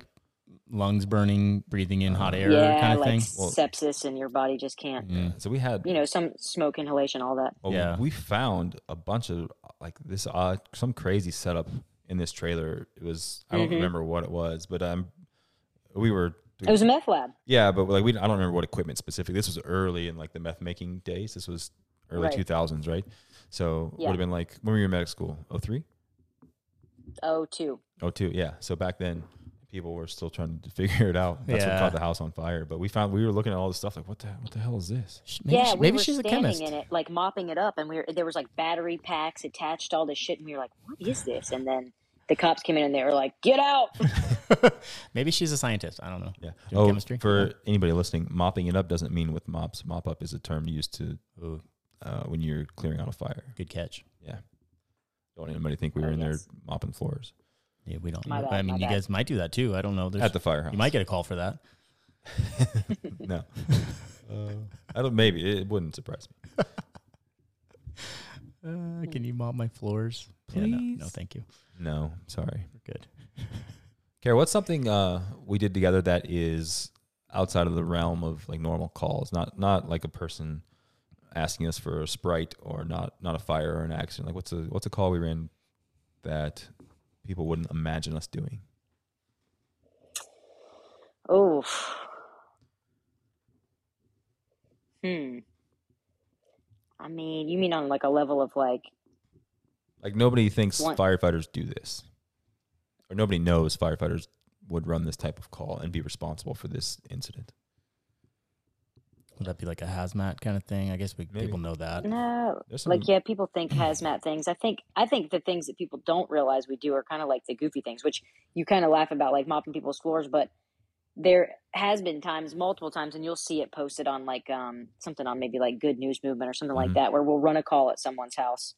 Speaker 2: lungs burning, breathing in hot air
Speaker 3: yeah,
Speaker 2: kind of
Speaker 3: like
Speaker 2: thing?
Speaker 1: Well-
Speaker 3: sepsis and your body just can't.
Speaker 2: Mm.
Speaker 1: yeah. So we had
Speaker 3: You know, some smoke inhalation, all that.
Speaker 1: Well,
Speaker 2: Yeah.
Speaker 1: we found a bunch of like this odd, some crazy setup in this trailer. It was I don't
Speaker 3: Mhm.
Speaker 1: remember what it was, but um, we were
Speaker 3: It was a meth lab.
Speaker 1: yeah, but like we I don't remember what equipment specifically. This was early in like the meth making days. This was early
Speaker 3: Right.
Speaker 1: two thousands, right? So
Speaker 3: Yeah.
Speaker 1: would have been like when were you in medical school? Oh three,
Speaker 3: Oh, too.
Speaker 1: oh two, yeah. So back then. People were still trying to figure it out. That's what
Speaker 2: Yeah.
Speaker 1: caught the house on fire. But we found we were looking at all this stuff like, what the what the hell is this?
Speaker 2: Sh- Maybe,
Speaker 3: yeah,
Speaker 2: she-
Speaker 3: we
Speaker 2: maybe
Speaker 3: were
Speaker 2: she's a
Speaker 3: standing
Speaker 2: chemist.
Speaker 3: in it, like mopping it up, and we were there was like battery packs attached to all this shit, and we were like, "What is this?" And then the cops came in and they were like, "Get out!"
Speaker 2: maybe she's a scientist. I don't know.
Speaker 1: Yeah. Oh,
Speaker 2: Doing chemistry?
Speaker 1: for anybody listening, mopping it up doesn't mean with mops. Mop up is a term used to
Speaker 2: Ooh,
Speaker 1: uh, when you're clearing out a fire.
Speaker 2: good catch.
Speaker 1: Don't anybody think we were
Speaker 3: Oh,
Speaker 1: in
Speaker 3: yes.
Speaker 1: there mopping floors
Speaker 2: Yeah, we don't.
Speaker 3: My bad,
Speaker 2: I
Speaker 3: my
Speaker 2: mean, you
Speaker 3: bad.
Speaker 2: guys might do that too. I don't know. There's,
Speaker 1: at the firehouse?
Speaker 2: you might get a call for that.
Speaker 1: no. uh, I don't. Maybe it wouldn't surprise me.
Speaker 2: Uh, can you mop my floors? Yeah, no, no,
Speaker 1: Please.
Speaker 2: thank you.
Speaker 1: No, sorry,
Speaker 2: We're good.
Speaker 1: Kara. What's something uh, we did together that is outside of the realm of like normal calls? Not not like a person asking us for a sprite or not not a fire or an accident. Like what's a what's a call we ran that people wouldn't imagine us doing?
Speaker 3: Oh. Hmm. I mean, you mean on like a level of like,
Speaker 1: Like nobody thinks
Speaker 3: One-
Speaker 1: firefighters do this, or nobody knows firefighters would run this type of call and be responsible for this incident.
Speaker 2: Would that be like a hazmat kind of thing? I guess we,
Speaker 1: Maybe.
Speaker 2: people know that.
Speaker 3: no,
Speaker 1: There's some-
Speaker 3: like yeah, people think hazmat things. I think I think the things that people don't realize we do are kind of like the goofy things, which you kind of laugh about, like mopping people's floors. But there has been times, multiple times, and you'll see it posted on like um something on maybe like Good News Movement or something
Speaker 1: Mhm.
Speaker 3: like that, where we'll run a call at someone's house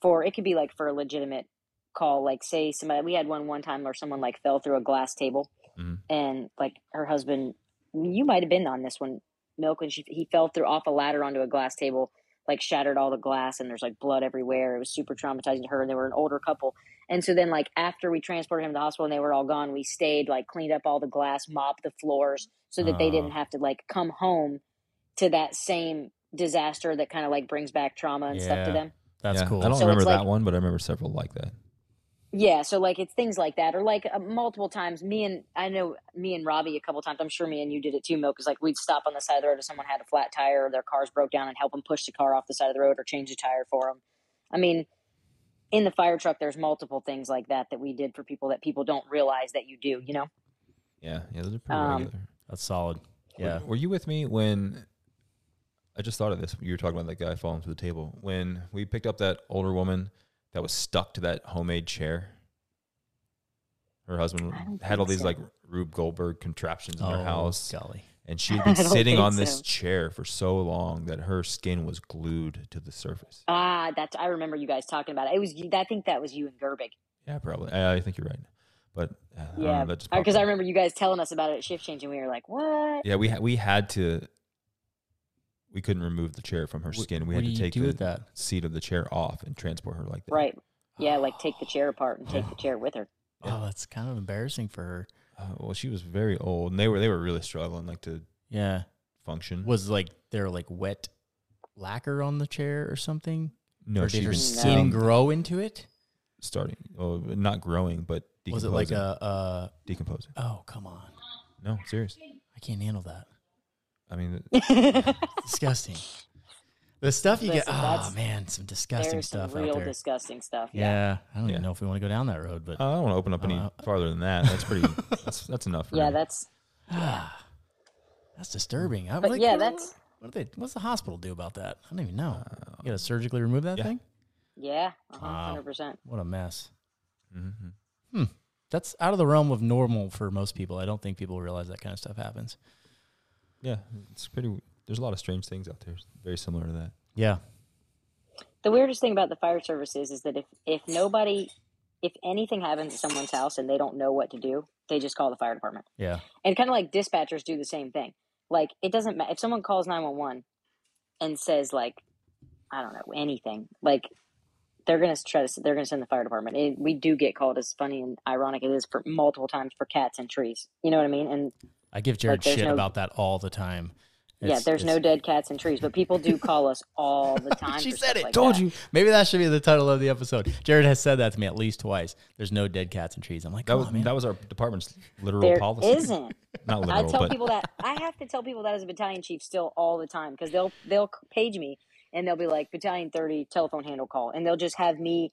Speaker 3: for it could be like for a legitimate call, like say somebody we had one one time where someone like fell through a glass table,
Speaker 1: Mhm.
Speaker 3: and like her husband, you might have been on this one, Milk, and she, he fell through off a ladder onto a glass table like shattered all the glass and there's like blood everywhere. It was super traumatizing to her and they were an older couple. And so then like after we transported him to the hospital and they were all gone, we stayed, like cleaned up all the glass, mopped the floors so that they
Speaker 2: Ah.
Speaker 3: didn't have to like come home to that same disaster that kind of like brings back trauma and stuff
Speaker 2: Yeah.
Speaker 3: to them.
Speaker 2: That's
Speaker 1: Yeah,
Speaker 2: cool.
Speaker 1: I don't
Speaker 3: So it's
Speaker 1: remember that
Speaker 3: like-
Speaker 1: one, but I remember several like that.
Speaker 3: Yeah, so like it's things like that, or like uh, multiple times. Me and I know me and Robbie a couple times. I'm sure me and you did it too, Mo. Because like we'd stop on the side of the road if someone had a flat tire or their car's broke down, and help them push the car off the side of the road or change the tire for them. I mean, in the fire truck, there's multiple things like that that we did for people that people don't realize that you do. You know?
Speaker 1: Yeah, yeah, those are pretty
Speaker 3: Um,
Speaker 1: regular.
Speaker 2: That's solid. Yeah.
Speaker 1: Were, were you with me when? I just thought of this. You were talking about that guy falling to the table when we picked up that older woman that was stuck to that homemade chair. Her husband
Speaker 3: I don't
Speaker 1: had all
Speaker 3: think
Speaker 1: these
Speaker 3: so.
Speaker 1: like Rube Goldberg contraptions in her house.
Speaker 2: Oh, Golly.
Speaker 1: and she had
Speaker 3: I
Speaker 1: been
Speaker 3: don't
Speaker 1: sitting
Speaker 3: think
Speaker 1: on this
Speaker 3: so.
Speaker 1: chair for so long that her skin was glued to the surface.
Speaker 3: Ah, that's I remember you guys talking about it. It was you- I think that was you and Gerbig.
Speaker 1: Yeah, probably. I, I think you're right, but uh, I don't know,
Speaker 3: Yeah,
Speaker 1: that just
Speaker 3: because
Speaker 1: popped
Speaker 3: I
Speaker 1: up.
Speaker 3: remember you guys telling us about it at shift change, and we were like, "What?"
Speaker 1: Yeah, we ha- we had to. We couldn't remove the chair from her
Speaker 2: Wh-
Speaker 1: skin. We
Speaker 2: what
Speaker 1: had to
Speaker 2: do you
Speaker 1: take
Speaker 2: do
Speaker 1: the
Speaker 2: with that?
Speaker 1: seat of the chair off and transport her like that.
Speaker 3: Right? Yeah, like take the chair apart and take the chair with her.
Speaker 1: Yeah.
Speaker 2: Oh, that's kind of embarrassing for her.
Speaker 1: Uh, well, she was very old, and they were they were really struggling like to
Speaker 2: Yeah.
Speaker 1: function.
Speaker 2: Was like there like wet lacquer on the chair or something?
Speaker 1: no,
Speaker 2: or did
Speaker 1: she
Speaker 2: her
Speaker 1: was
Speaker 3: No.
Speaker 2: skin
Speaker 1: sitting,
Speaker 2: grow into it?
Speaker 1: starting, oh, not growing, but
Speaker 2: Was it like
Speaker 1: decomposing-
Speaker 2: a,
Speaker 1: decomposing?
Speaker 2: a oh come on.
Speaker 1: No, serious.
Speaker 2: I can't handle that.
Speaker 1: I mean,
Speaker 2: disgusting. The stuff you get
Speaker 3: Listen,
Speaker 2: oh
Speaker 3: that's-
Speaker 2: man, some disgusting
Speaker 3: There's
Speaker 2: stuff
Speaker 3: some
Speaker 2: out
Speaker 3: real
Speaker 2: there.
Speaker 3: disgusting stuff.
Speaker 2: yeah. I don't
Speaker 1: Yeah. Oh.
Speaker 2: even know if we want to go down that road, but
Speaker 1: I don't want to open up any
Speaker 2: Uh,
Speaker 1: farther than that. That's pretty. that's that's enough. For
Speaker 3: Yeah,
Speaker 1: me.
Speaker 3: that's
Speaker 2: ah, that's disturbing. I'm
Speaker 3: But
Speaker 2: like,
Speaker 3: yeah,
Speaker 2: what-
Speaker 3: that's-
Speaker 2: what do they what's the hospital do about that? I don't even know. You gotta surgically remove that
Speaker 1: Oh. yeah.
Speaker 2: thing?
Speaker 3: yeah,
Speaker 2: Wow.
Speaker 3: hundred percent.
Speaker 2: What a mess.
Speaker 1: Mhm.
Speaker 2: That's out of the realm of normal for most people. I don't think people realize that kind of stuff happens.
Speaker 1: yeah, it's pretty. There's a lot of strange things out there, very similar to that.
Speaker 2: Yeah.
Speaker 3: the weirdest thing about the fire service is, is that if if nobody, if anything happens at someone's house and they don't know what to do, they just call the fire department.
Speaker 2: Yeah.
Speaker 3: And kind of like dispatchers do the same thing. Like it doesn't matter if someone calls nine one one and says like, I don't know anything. Like they're gonna try to they're gonna send the fire department. It, we do get called as funny and ironic it is for multiple times for cats and trees. You know what I mean? And
Speaker 2: I give Jared
Speaker 3: there's
Speaker 2: shit
Speaker 3: no-
Speaker 2: about that all the time.
Speaker 3: yeah,
Speaker 2: It's-
Speaker 3: there's no
Speaker 2: it's-
Speaker 3: dead cats and trees, but people do call us all the time.
Speaker 2: She
Speaker 3: for
Speaker 2: said
Speaker 3: stuff
Speaker 2: it.
Speaker 3: like
Speaker 2: told
Speaker 3: that.
Speaker 2: you. Maybe that should be the title of the episode. Jared has said that to me at least twice. There's no dead cats and trees. I'm like,
Speaker 1: That
Speaker 2: come
Speaker 1: was
Speaker 2: on, man.
Speaker 1: that was our department's literal
Speaker 3: There
Speaker 1: policy.
Speaker 3: not
Speaker 1: Not
Speaker 3: I
Speaker 1: literal,
Speaker 3: tell
Speaker 1: but
Speaker 3: people that I have to tell people that as a battalion chief still all the time because they'll they'll page me and they'll be like battalion thirty telephone handle call and they'll just have me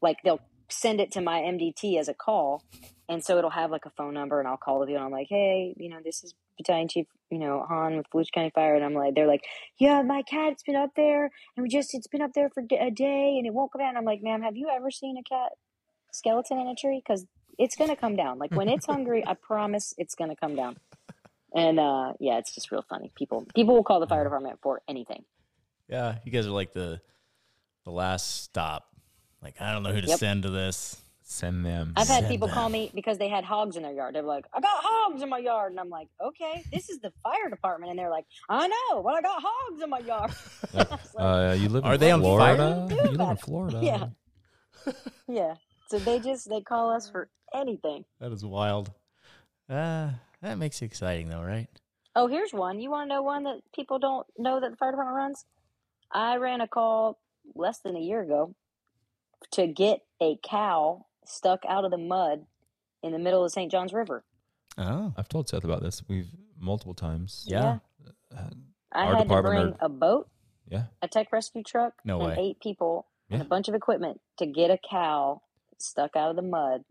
Speaker 3: like they'll send it to my MDT as a call and so it'll have like a phone number and I'll call the people and I'm like hey you know this is battalion chief you know Han with Volusia County Fire and I'm like they're like yeah my cat's been up there and we just it's been up there for d- a day and it won't come down and I'm like ma'am have you ever seen a cat skeleton in a tree because it's gonna come down like when it's hungry I promise it's gonna come down. And uh, yeah, it's just real funny. People people will call the fire department for anything.
Speaker 2: yeah, you guys are like the the last stop. Like, I don't know who to
Speaker 3: Yep.
Speaker 2: send to this.
Speaker 1: send them.
Speaker 3: I've had
Speaker 2: Send
Speaker 3: people call
Speaker 2: them.
Speaker 3: me because they had hogs in their yard. They're like, "I got hogs in my yard," and I'm like, "Okay, this is the fire department." And they're like, "I know, but I got hogs in my yard." I was like,
Speaker 1: Uh, you live in
Speaker 2: Are they on fire?
Speaker 1: Florida?
Speaker 3: Do
Speaker 1: You live in
Speaker 3: that.
Speaker 1: Florida.
Speaker 3: Yeah. yeah, so they just they call us for anything.
Speaker 2: That is wild. Uh, that makes it exciting, though, right?
Speaker 3: Oh, here's one. You want to know one that people don't know that the fire department runs? I ran a call less than a year ago to get a cow stuck out of the mud in the middle of St. John's River.
Speaker 2: Oh,
Speaker 1: I've told Seth about this. We've multiple times.
Speaker 2: yeah.
Speaker 3: Yeah.
Speaker 1: Uh,
Speaker 3: I
Speaker 1: Our
Speaker 3: had to
Speaker 1: department
Speaker 3: bring a boat,
Speaker 1: yeah.
Speaker 3: a tech rescue truck,
Speaker 2: No way.
Speaker 3: and eight people and
Speaker 1: Yeah.
Speaker 3: a bunch of equipment to get a cow stuck out of the mud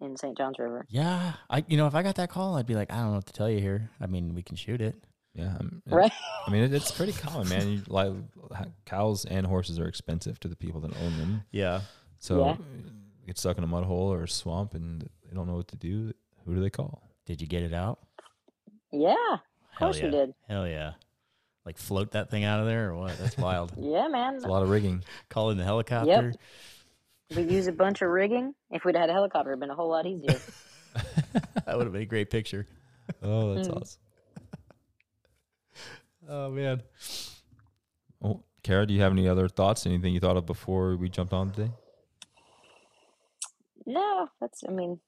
Speaker 3: in St. John's River.
Speaker 2: Yeah, I you know if I got that call, I'd be like, I don't know what to tell you here. I mean, we can shoot it.
Speaker 1: Yeah. I'm-
Speaker 3: Right?
Speaker 1: I mean, it, it's pretty common, man. You, like ha- cows and horses are expensive to the people that own them.
Speaker 2: Yeah,
Speaker 1: So
Speaker 3: Yeah.
Speaker 1: you get stuck in a mud hole or a swamp, and they don't know what to do. Who do they call?
Speaker 2: did you get it out?
Speaker 3: Yeah, of
Speaker 2: Hell
Speaker 3: course
Speaker 2: yeah.
Speaker 3: we did.
Speaker 2: Hell yeah! Like float that thing out of there or what? That's wild.
Speaker 3: Yeah, man.
Speaker 1: It's a lot of rigging.
Speaker 2: Call in the helicopter.
Speaker 3: We use a bunch of rigging. If we'd had a helicopter, it'd been a whole lot easier.
Speaker 2: that would have been a great picture.
Speaker 1: Oh, that's
Speaker 3: Mm.
Speaker 1: awesome.
Speaker 2: Oh man.
Speaker 1: Oh, Kara, do you have any other thoughts? Anything you thought of before we jumped on today?
Speaker 3: No, that's. I mean,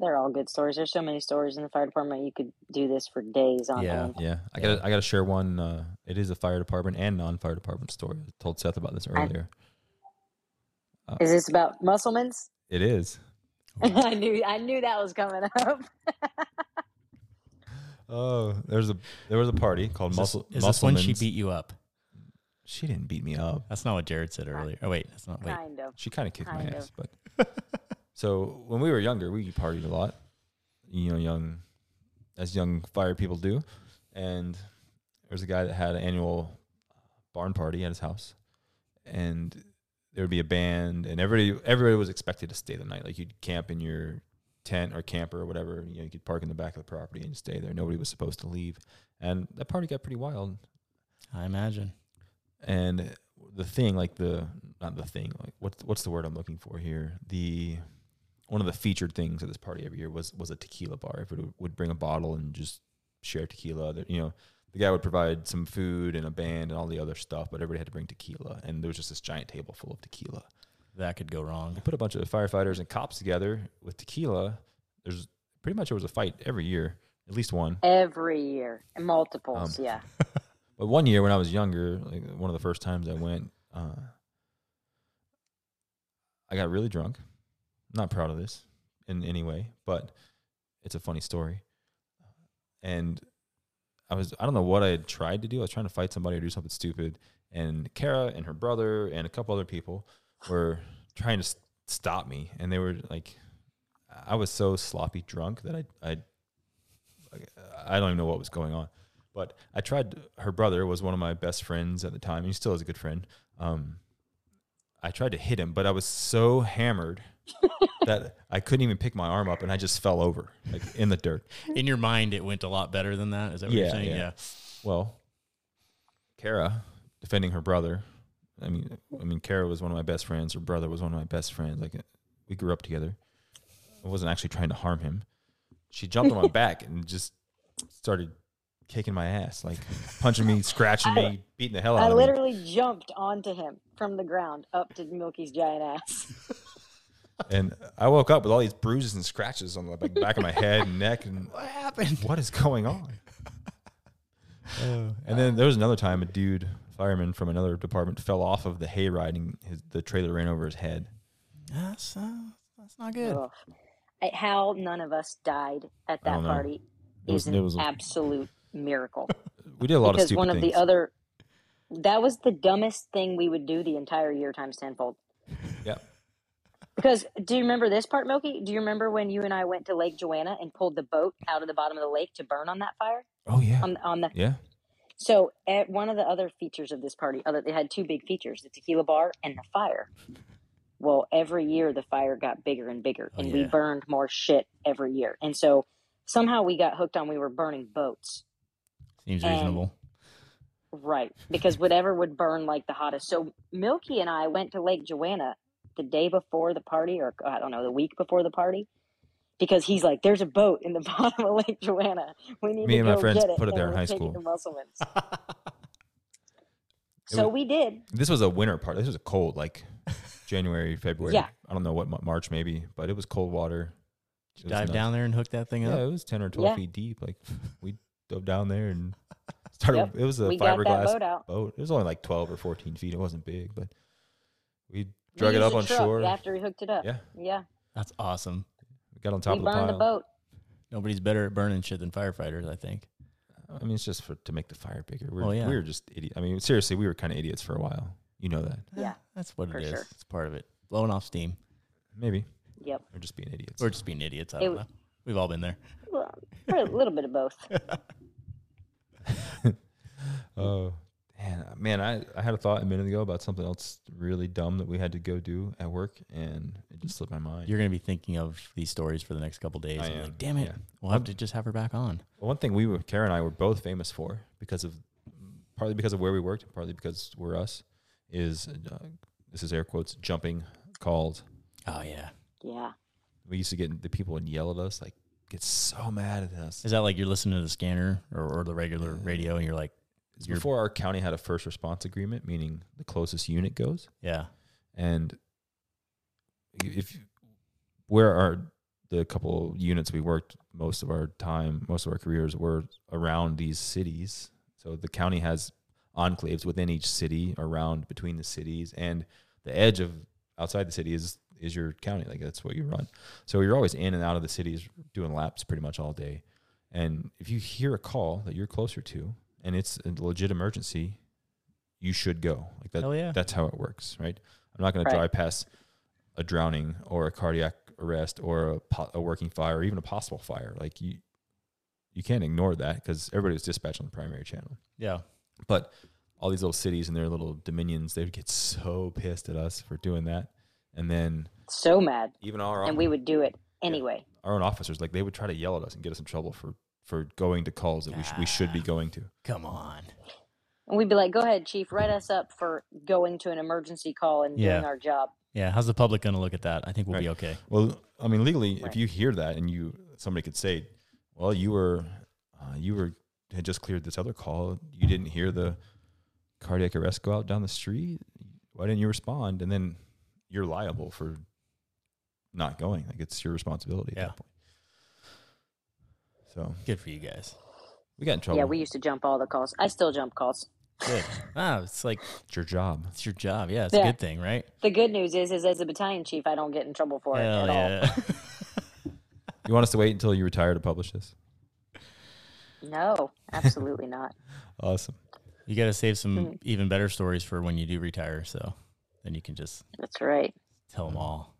Speaker 3: they're all good stories. There's so many stories in the fire department. You could do this for days on
Speaker 2: Yeah.
Speaker 3: end.
Speaker 1: Yeah, I got to I got to share one. Uh, it is a fire department and non fire department story. I told Seth about this earlier.
Speaker 3: Is this about Musselman's?
Speaker 1: It is.
Speaker 3: I knew. I knew that was coming up.
Speaker 1: Oh, there's a there was a party called
Speaker 2: Is
Speaker 1: Muscle.
Speaker 2: this, is this when she
Speaker 1: Musselman's.
Speaker 2: beat you up?
Speaker 1: She didn't beat me up.
Speaker 2: That's not what Jared said earlier. Oh wait, that's not wait.
Speaker 3: Kind of.
Speaker 1: She kind of kicked
Speaker 3: Kind
Speaker 1: my
Speaker 3: of.
Speaker 1: ass, but so when we were younger, we partied a lot, you know, young as young fire people do. And there was a guy that had an annual barn party at his house, and there would be a band, and everybody everybody was expected to stay the night. Like you'd camp in your tent or camper or whatever. You know, you could park in the back of the property and stay there. Nobody was supposed to leave, and that party got pretty wild
Speaker 2: I imagine.
Speaker 1: and the thing like the not the thing like what's what's the word I'm looking for here the one of the featured things at this party every year was was a tequila bar everybody would bring a bottle and just share tequila That you know the guy would provide some food and a band and all the other stuff but everybody had to bring tequila and there was just this giant table full of tequila
Speaker 2: That could go wrong.
Speaker 1: they put a bunch of firefighters and cops together with tequila there's pretty much there was a fight every year at least one
Speaker 3: Every year, multiples.
Speaker 1: Um,
Speaker 3: yeah.
Speaker 1: But one year when I was younger, like one of the first times I went, uh, I got really drunk. Not proud of this in any way, but it's a funny story. And I was, I don't know what I had tried to do. I was trying to fight somebody or do something stupid. And Kara and her brother and a couple other people were trying to s- stop me. And they were like, I was so sloppy drunk that I, I, I don't even know what was going on. But I tried. Her brother was one of my best friends at the time, and he still is a good friend. Um, I tried to hit him, but I was so hammered that I couldn't even pick my arm up, and I just fell over like in the dirt.
Speaker 2: In your mind, it went a lot better than that. Is that what you're
Speaker 1: Yeah,
Speaker 2: saying?
Speaker 1: yeah. Well, Kara, defending her brother, I mean, I mean, Kara was one of my best friends. Her brother was one of my best friends. Like, we grew up together. I wasn't actually trying to harm him. She jumped on my back and just started kicking my ass, like punching me, scratching me, beating the hell out
Speaker 3: I
Speaker 1: of me.
Speaker 3: literally jumped onto him from the ground up to Milky's giant ass.
Speaker 1: And I woke up with all these bruises and scratches on the back, back of my head and neck. And
Speaker 2: What happened?
Speaker 1: what is going on?
Speaker 2: Oh.
Speaker 1: and then there was another time a dude, fireman from another department, fell off of the hayride and his, the trailer ran over his head.
Speaker 2: That's, uh, that's not good.
Speaker 3: Ugh. I- How none of us died at
Speaker 1: I
Speaker 3: that
Speaker 1: don't know.
Speaker 3: party
Speaker 1: It was-
Speaker 3: is an
Speaker 1: it was a-
Speaker 3: absolute miracle.
Speaker 1: We did a lot of
Speaker 3: because
Speaker 1: stupid
Speaker 3: one of
Speaker 1: things.
Speaker 3: the other, that was the dumbest thing we would do the entire year times tenfold.
Speaker 1: yeah.
Speaker 3: Because do you remember this part, Milky? Do you remember when you and I went to Lake Joanna and pulled the boat out of the bottom of the lake to burn on that fire?
Speaker 1: Oh yeah.
Speaker 3: On on the
Speaker 1: yeah.
Speaker 3: so at one of the other features of this party, other it had two big features: the tequila bar and the fire. Well, every year the fire got bigger and bigger,
Speaker 2: Oh,
Speaker 3: and we
Speaker 2: yeah.
Speaker 3: burned more shit every year. And so somehow we got hooked on we were burning boats.
Speaker 2: Seems
Speaker 3: And-
Speaker 2: reasonable.
Speaker 3: Right, because whatever would burn like the hottest. So Milky and I went to Lake Joanna the day before the party, or I don't know, the week before the party, because he's like, "There's a boat in the bottom of Lake Joanna. We need
Speaker 1: Me
Speaker 3: to
Speaker 1: and
Speaker 3: go
Speaker 1: my friends
Speaker 3: get it."
Speaker 1: put it there in
Speaker 3: we're
Speaker 1: high
Speaker 3: taking
Speaker 1: school.
Speaker 3: to Musselman's.
Speaker 1: It
Speaker 3: so
Speaker 1: was-
Speaker 3: we did.
Speaker 1: This was a winter part. This was a cold, like January, February.
Speaker 3: Yeah.
Speaker 1: I don't know what mo- March maybe, but it was cold water. It was
Speaker 2: Dive
Speaker 1: nuts.
Speaker 2: down there and hook that thing
Speaker 1: Yeah,
Speaker 2: up.
Speaker 1: it was ten or twelve
Speaker 3: Yeah.
Speaker 1: feet deep. Like we dove down there and started.
Speaker 3: Yep,
Speaker 1: It was a
Speaker 3: we got that
Speaker 1: fiberglass
Speaker 3: boat out.
Speaker 1: boat. It was only like twelve or fourteen feet. It wasn't big, but we
Speaker 3: We
Speaker 1: drug it
Speaker 3: used
Speaker 1: up
Speaker 3: a
Speaker 1: on
Speaker 3: truck
Speaker 1: shore.
Speaker 3: after we hooked it up.
Speaker 1: Yeah,
Speaker 3: Yeah,
Speaker 2: That's awesome.
Speaker 1: we got on top
Speaker 3: we
Speaker 1: of the
Speaker 3: burned the
Speaker 1: pile.
Speaker 3: boat.
Speaker 2: Nobody's better at burning shit than firefighters, I think.
Speaker 1: I mean, it's just for to make the fire bigger. We're,
Speaker 2: Oh, yeah.
Speaker 1: we were just idiot. I mean, seriously, we were kind of idiots for a while. You know that?
Speaker 3: Yeah,
Speaker 2: Eh, that's what
Speaker 3: for
Speaker 2: it is.
Speaker 3: sure.
Speaker 2: It's part of it. Blowing off steam
Speaker 1: Maybe
Speaker 3: Yep,
Speaker 1: we're just being idiots.
Speaker 2: or just being idiots. I don't
Speaker 3: It-
Speaker 2: know. We've all been there.
Speaker 3: well, a little bit of both.
Speaker 1: Oh man, man, I, I had a thought a minute ago about something else really dumb that we had to go do at work, and it just slipped my mind.
Speaker 2: You're going to be thinking of these stories for the next couple days.
Speaker 1: I
Speaker 2: and be
Speaker 1: am,
Speaker 2: like, damn it.
Speaker 1: yeah.
Speaker 2: We'll have to just have her back on.
Speaker 1: Well, one thing we were, Kara and I were both famous for because of partly because of where we worked, partly because we're us, is uh, this is air quotes jumping calls.
Speaker 2: Oh, yeah.
Speaker 3: Yeah,
Speaker 1: We used to get the people would yell at us, like get so mad at us.
Speaker 2: Is that like you're listening to the scanner or, or the regular radio and you're like,
Speaker 1: It's
Speaker 2: you're-
Speaker 1: Before our county had a first response agreement, meaning the closest unit goes,
Speaker 2: yeah,
Speaker 1: and if where are the couple units we worked most of our time most of our careers were around these cities so the county has enclaves within each city around between the cities and the edge of outside the city is is your county like that's what you run so you're always in and out of the cities doing laps pretty much all day and if you hear a call that you're closer to and it's a legit emergency you should go like that
Speaker 2: Hell yeah.
Speaker 1: that's how it works right i'm not going
Speaker 3: Right.
Speaker 1: to drive past a drowning or a cardiac arrest or a, po- a working fire or even a possible fire like you you can't ignore that because everybody was dispatched on the primary channel
Speaker 2: yeah.
Speaker 1: but all these little cities and their little dominions, they would get so pissed at us for doing that. And then
Speaker 3: so mad,
Speaker 1: even our
Speaker 3: and we would do it anyway.
Speaker 1: our own officers, like they would try to yell at us and get us in trouble for for going to calls that we, sh- we should be going to.
Speaker 2: Come on.
Speaker 3: And we'd be like, "Go ahead, chief, write us up for going to an emergency call and
Speaker 2: Yeah.
Speaker 3: doing our job."
Speaker 2: Yeah. How's the public going to look at that? I think we'll be okay.
Speaker 1: Well, I mean, legally, if
Speaker 3: Right.
Speaker 1: you hear that and you somebody could say, "Well, you were uh, you were had just cleared this other call. You didn't hear the cardiac arrest go out down the street. Why didn't you respond?" And then you're liable for not going. Like it's your responsibility at
Speaker 2: Yeah.
Speaker 1: that point. So
Speaker 2: Good for you guys.
Speaker 1: we got in
Speaker 2: Oh,
Speaker 1: trouble.
Speaker 3: Yeah, we used to jump all the calls. I still jump calls.
Speaker 2: Good. ah, it's like,
Speaker 1: it's your job.
Speaker 2: it's your job. Yeah. It's a
Speaker 3: Yeah.
Speaker 2: good thing, right?
Speaker 3: The good news is, is as a battalion chief, I don't get in trouble for
Speaker 2: Hell
Speaker 3: it at
Speaker 2: yeah.
Speaker 1: You want us to wait until you retire to publish this?
Speaker 3: all. No, absolutely not.
Speaker 1: Awesome.
Speaker 2: you got to save
Speaker 3: Mm-hmm.
Speaker 2: some even better stories for when you do retire. So then you can just
Speaker 3: That's right.
Speaker 2: tell
Speaker 1: Mm-hmm.
Speaker 2: them all.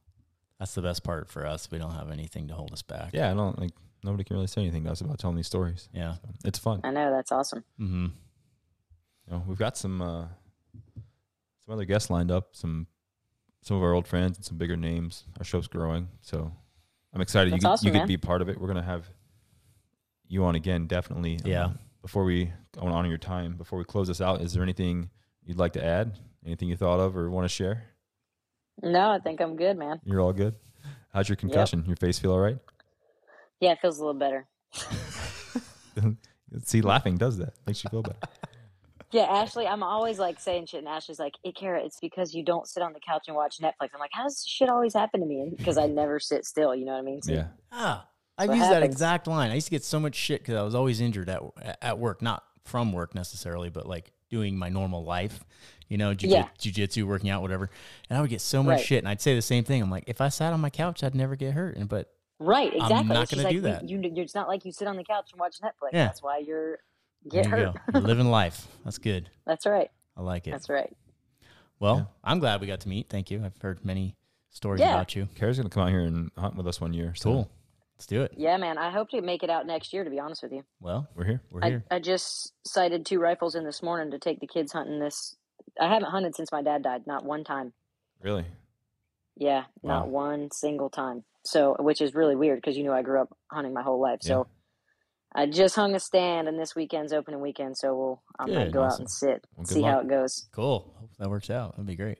Speaker 2: That's the best part for us. We don't have anything to hold us back.
Speaker 1: Yeah, I don't like nobody can really say anything to us about telling these stories.
Speaker 2: Yeah.
Speaker 1: It's fun.
Speaker 3: I know that's awesome.
Speaker 2: Mm-hmm.
Speaker 1: you know, we've got some uh, some other guests lined up, some some of our old friends and some bigger names. Our show's growing, so I'm excited.
Speaker 3: That's
Speaker 1: you could,
Speaker 3: awesome,
Speaker 1: you could
Speaker 3: man.
Speaker 1: be part of it. We're gonna have you on again, definitely. Um,
Speaker 2: Yeah.
Speaker 1: before we, I want to honor your time. Before we close this out, is there anything you'd like to add? Anything you thought of or want to share?
Speaker 3: No, I think I'm good, man.
Speaker 1: You're all good. How's your concussion? Your face feel all right?
Speaker 3: Yeah, it feels a little better.
Speaker 1: See, laughing does that. Makes you feel better.
Speaker 3: Yeah, Ashley, I'm always like saying shit, and Ashley's like, "Hey, Kara, it's because you don't sit on the couch and watch Netflix." I'm like, "How does this shit always happen to me?" Because I never sit still. You know what I mean? So,
Speaker 1: Yeah.
Speaker 2: Ah, I've
Speaker 3: What
Speaker 2: used that
Speaker 3: happens?
Speaker 2: exact line. I used to get so much shit because I was always injured at at work, not from work necessarily, but like doing my normal life, you know, jiu-
Speaker 3: Yeah.
Speaker 2: jujitsu, working out, whatever. And I would get so much
Speaker 3: Right.
Speaker 2: shit, and I'd say the same thing. I'm like, if I sat on my couch, I'd never get hurt. And but
Speaker 3: Right,
Speaker 2: I'm
Speaker 3: exactly.
Speaker 2: not
Speaker 3: It's just
Speaker 2: gonna
Speaker 3: like
Speaker 2: do
Speaker 3: you-
Speaker 2: that.
Speaker 3: You, you, it's not like you sit on the couch and watch Netflix.
Speaker 2: Yeah.
Speaker 3: That's why you're get
Speaker 2: there you
Speaker 3: hurt.
Speaker 2: go. You're living life. That's good.
Speaker 3: That's right.
Speaker 2: I like it.
Speaker 3: That's right.
Speaker 2: well,
Speaker 1: Yeah.
Speaker 2: I'm glad we got to meet. Thank you. I've heard many stories
Speaker 3: Yeah.
Speaker 2: about you.
Speaker 1: Kara's gonna come out here and hunt with us one year. So
Speaker 2: Cool. Let's do it.
Speaker 3: Yeah, man. I hope to make it out next year. To be honest with you,
Speaker 2: Well,
Speaker 1: We're here.
Speaker 2: we're
Speaker 3: I,
Speaker 2: here.
Speaker 3: I just sighted two rifles in this morning to take the kids hunting. This I haven't hunted since my dad died. Not one time.
Speaker 1: Really?
Speaker 3: Yeah, not
Speaker 1: Wow.
Speaker 3: one single time. So, which is really weird because you know I grew up hunting my whole life. So, I just hung a stand, and this weekend's opening weekend, so we'll I might
Speaker 2: Good,
Speaker 3: go out
Speaker 1: awesome.
Speaker 3: and sit,
Speaker 1: Well, good
Speaker 3: see how
Speaker 1: luck.
Speaker 3: it goes.
Speaker 2: Cool. Hope that works out. That'd be great.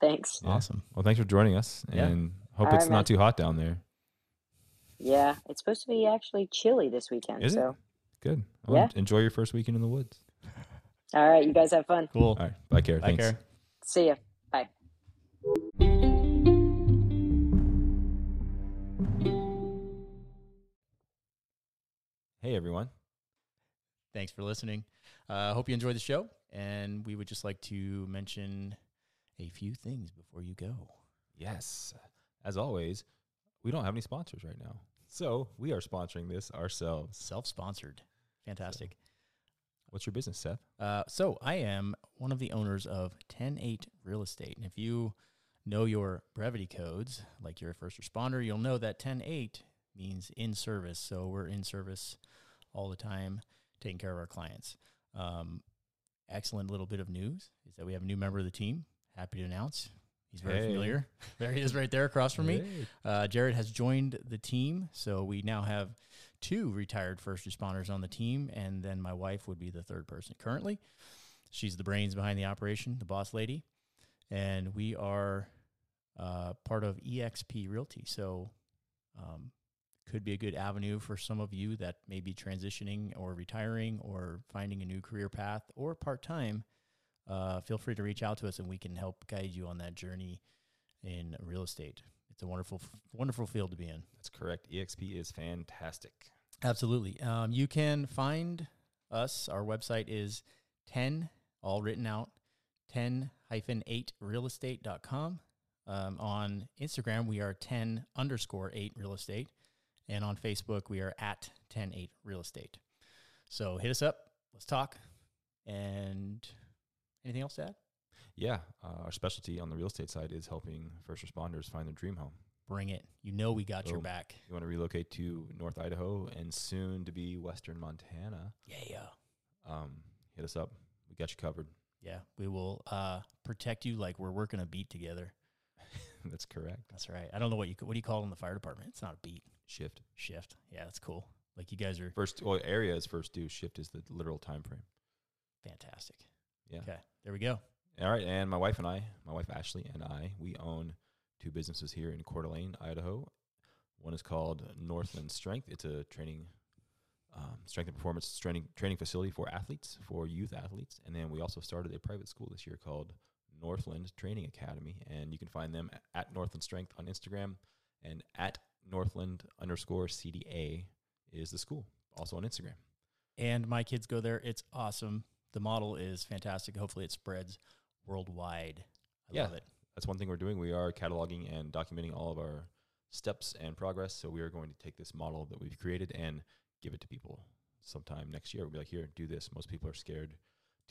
Speaker 3: Thanks.
Speaker 1: Yeah.
Speaker 2: Awesome.
Speaker 1: Well, thanks for joining us,
Speaker 2: Yeah.
Speaker 1: and hope
Speaker 3: All
Speaker 1: it's
Speaker 3: right,
Speaker 1: not
Speaker 3: man.
Speaker 1: too hot down there.
Speaker 3: Yeah, it's supposed to be actually chilly this weekend.
Speaker 1: Is it?
Speaker 3: so,
Speaker 1: Good. Well,
Speaker 3: Yeah.
Speaker 1: Enjoy your first weekend in the woods.
Speaker 3: all right, you guys have fun.
Speaker 2: Cool.
Speaker 1: All right. Bye, Kara.
Speaker 2: Bye,
Speaker 1: Thanks.
Speaker 2: Kara.
Speaker 3: See ya. Bye.
Speaker 1: Hey, everyone.
Speaker 2: Thanks for listening. Uh, hope you enjoyed the show. And we would just like to mention a few things before you go.
Speaker 1: Yes. As always, we don't have any sponsors right now, so we are sponsoring this ourselves.
Speaker 2: Self sponsored. Fantastic.
Speaker 1: What's your business, Seth?
Speaker 2: Uh, so I am one of the owners of 108 Real Estate. And if you know your brevity codes, like you're a first responder, you'll know that 108 means in service. So we're in service all the time, taking care of our clients. Um, excellent little bit of news is that we have a new member of the team. Happy to announce. He's very
Speaker 1: Hey.
Speaker 2: familiar. There he is right there across from me.
Speaker 1: Hey.
Speaker 2: Uh, Jared has joined the team, so we now have two retired first responders on the team, and then my wife would be the third person currently. She's the brains behind the operation, the boss lady, and we are uh, part of EXP Realty. So, um, could be a good avenue for some of you that may be transitioning or retiring or finding a new career path or part time. Uh, feel free to reach out to us, and we can help guide you on that journey in real estate. It's a wonderful, f- wonderful field to be in.
Speaker 1: That's correct. EXP is fantastic.
Speaker 2: Absolutely. Um, you can find us. Our website is 10, all written out, 10 hyphen 8 realestate.com. Um, on Instagram, we are 10 underscore 8 real estate. And on Facebook, we are at 10 8 real estate. So hit us up. Let's talk. And anything else to add?
Speaker 1: Yeah, uh, our specialty on the real estate side is helping first responders find their dream home.
Speaker 2: Bring it. You know, we got your
Speaker 1: Boom.
Speaker 2: back.
Speaker 1: You want to relocate to North Idaho and soon to be Western Montana?
Speaker 2: Yeah.
Speaker 1: Um, hit us up. We got you covered.
Speaker 2: Yeah. We will uh, protect you like we're working a beat together.
Speaker 1: That's correct.
Speaker 2: That's right. I don't know what you c- what do you call it in the fire department. It's not a beat
Speaker 1: Shift
Speaker 2: shift. Yeah, that's cool. Like you guys are
Speaker 1: first. Well, area is first due. Shift is the literal time frame.
Speaker 2: fantastic.
Speaker 1: Yeah.
Speaker 2: Okay. There we go.
Speaker 1: All right, and my wife and I, my wife Ashley and I, we own two businesses here in Coeur d'Alene, Idaho. One is called Northland Strength. It's a training, um, strength and performance training training facility for athletes, for youth athletes. And then we also started a private school this year called Northland Training Academy, and you can find them a- at Northland Strength on Instagram and at Northland underscore CDA is the school, also on Instagram.
Speaker 2: And my kids go there. It's awesome. The model is fantastic. Hopefully it spreads worldwide. I
Speaker 1: Yeah.
Speaker 2: love it.
Speaker 1: that's one thing we're doing. We are cataloging and documenting all of our steps and progress. So we are going to take this model that we've created and give it to people sometime next year. We'll be like, here, do this. Most people are scared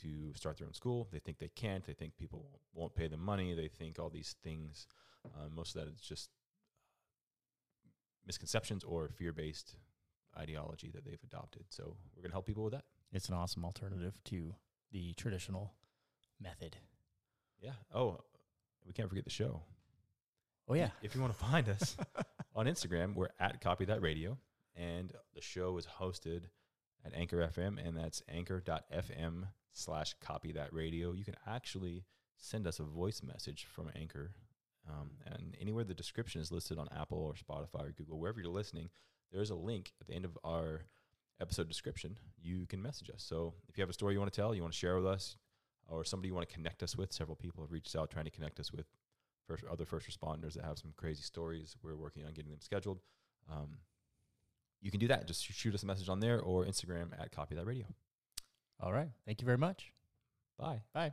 Speaker 1: to start their own school. They think they can't. They think people won't pay them money. They think all these things. Uh, most of that is just uh, misconceptions or fear based ideology that they've adopted. So we're going to help people with that.
Speaker 2: It's an awesome alternative to the traditional method.
Speaker 1: Yeah. Oh, we can't forget the show.
Speaker 2: Oh yeah.
Speaker 1: If you want to find us on Instagram, we're at Copy That Radio, and the show is hosted at Anchor FM, and that's anchor.fm slash copy that radio. You can actually send us a voice message from Anchor. Um, and anywhere the description is listed on Apple or Spotify or Google, wherever you're listening, there is a link at the end of our episode description. You can message us. So if you have a story you want to tell, you want to share with us, or somebody you want to connect us with, several people have reached out trying to connect us with first, other first responders that have some crazy stories. We're working on getting them scheduled. Um, you can do that. Just shoot us a message on there or Instagram at Copy That Radio.
Speaker 2: All right. Thank you very much.
Speaker 1: Bye.
Speaker 2: Bye.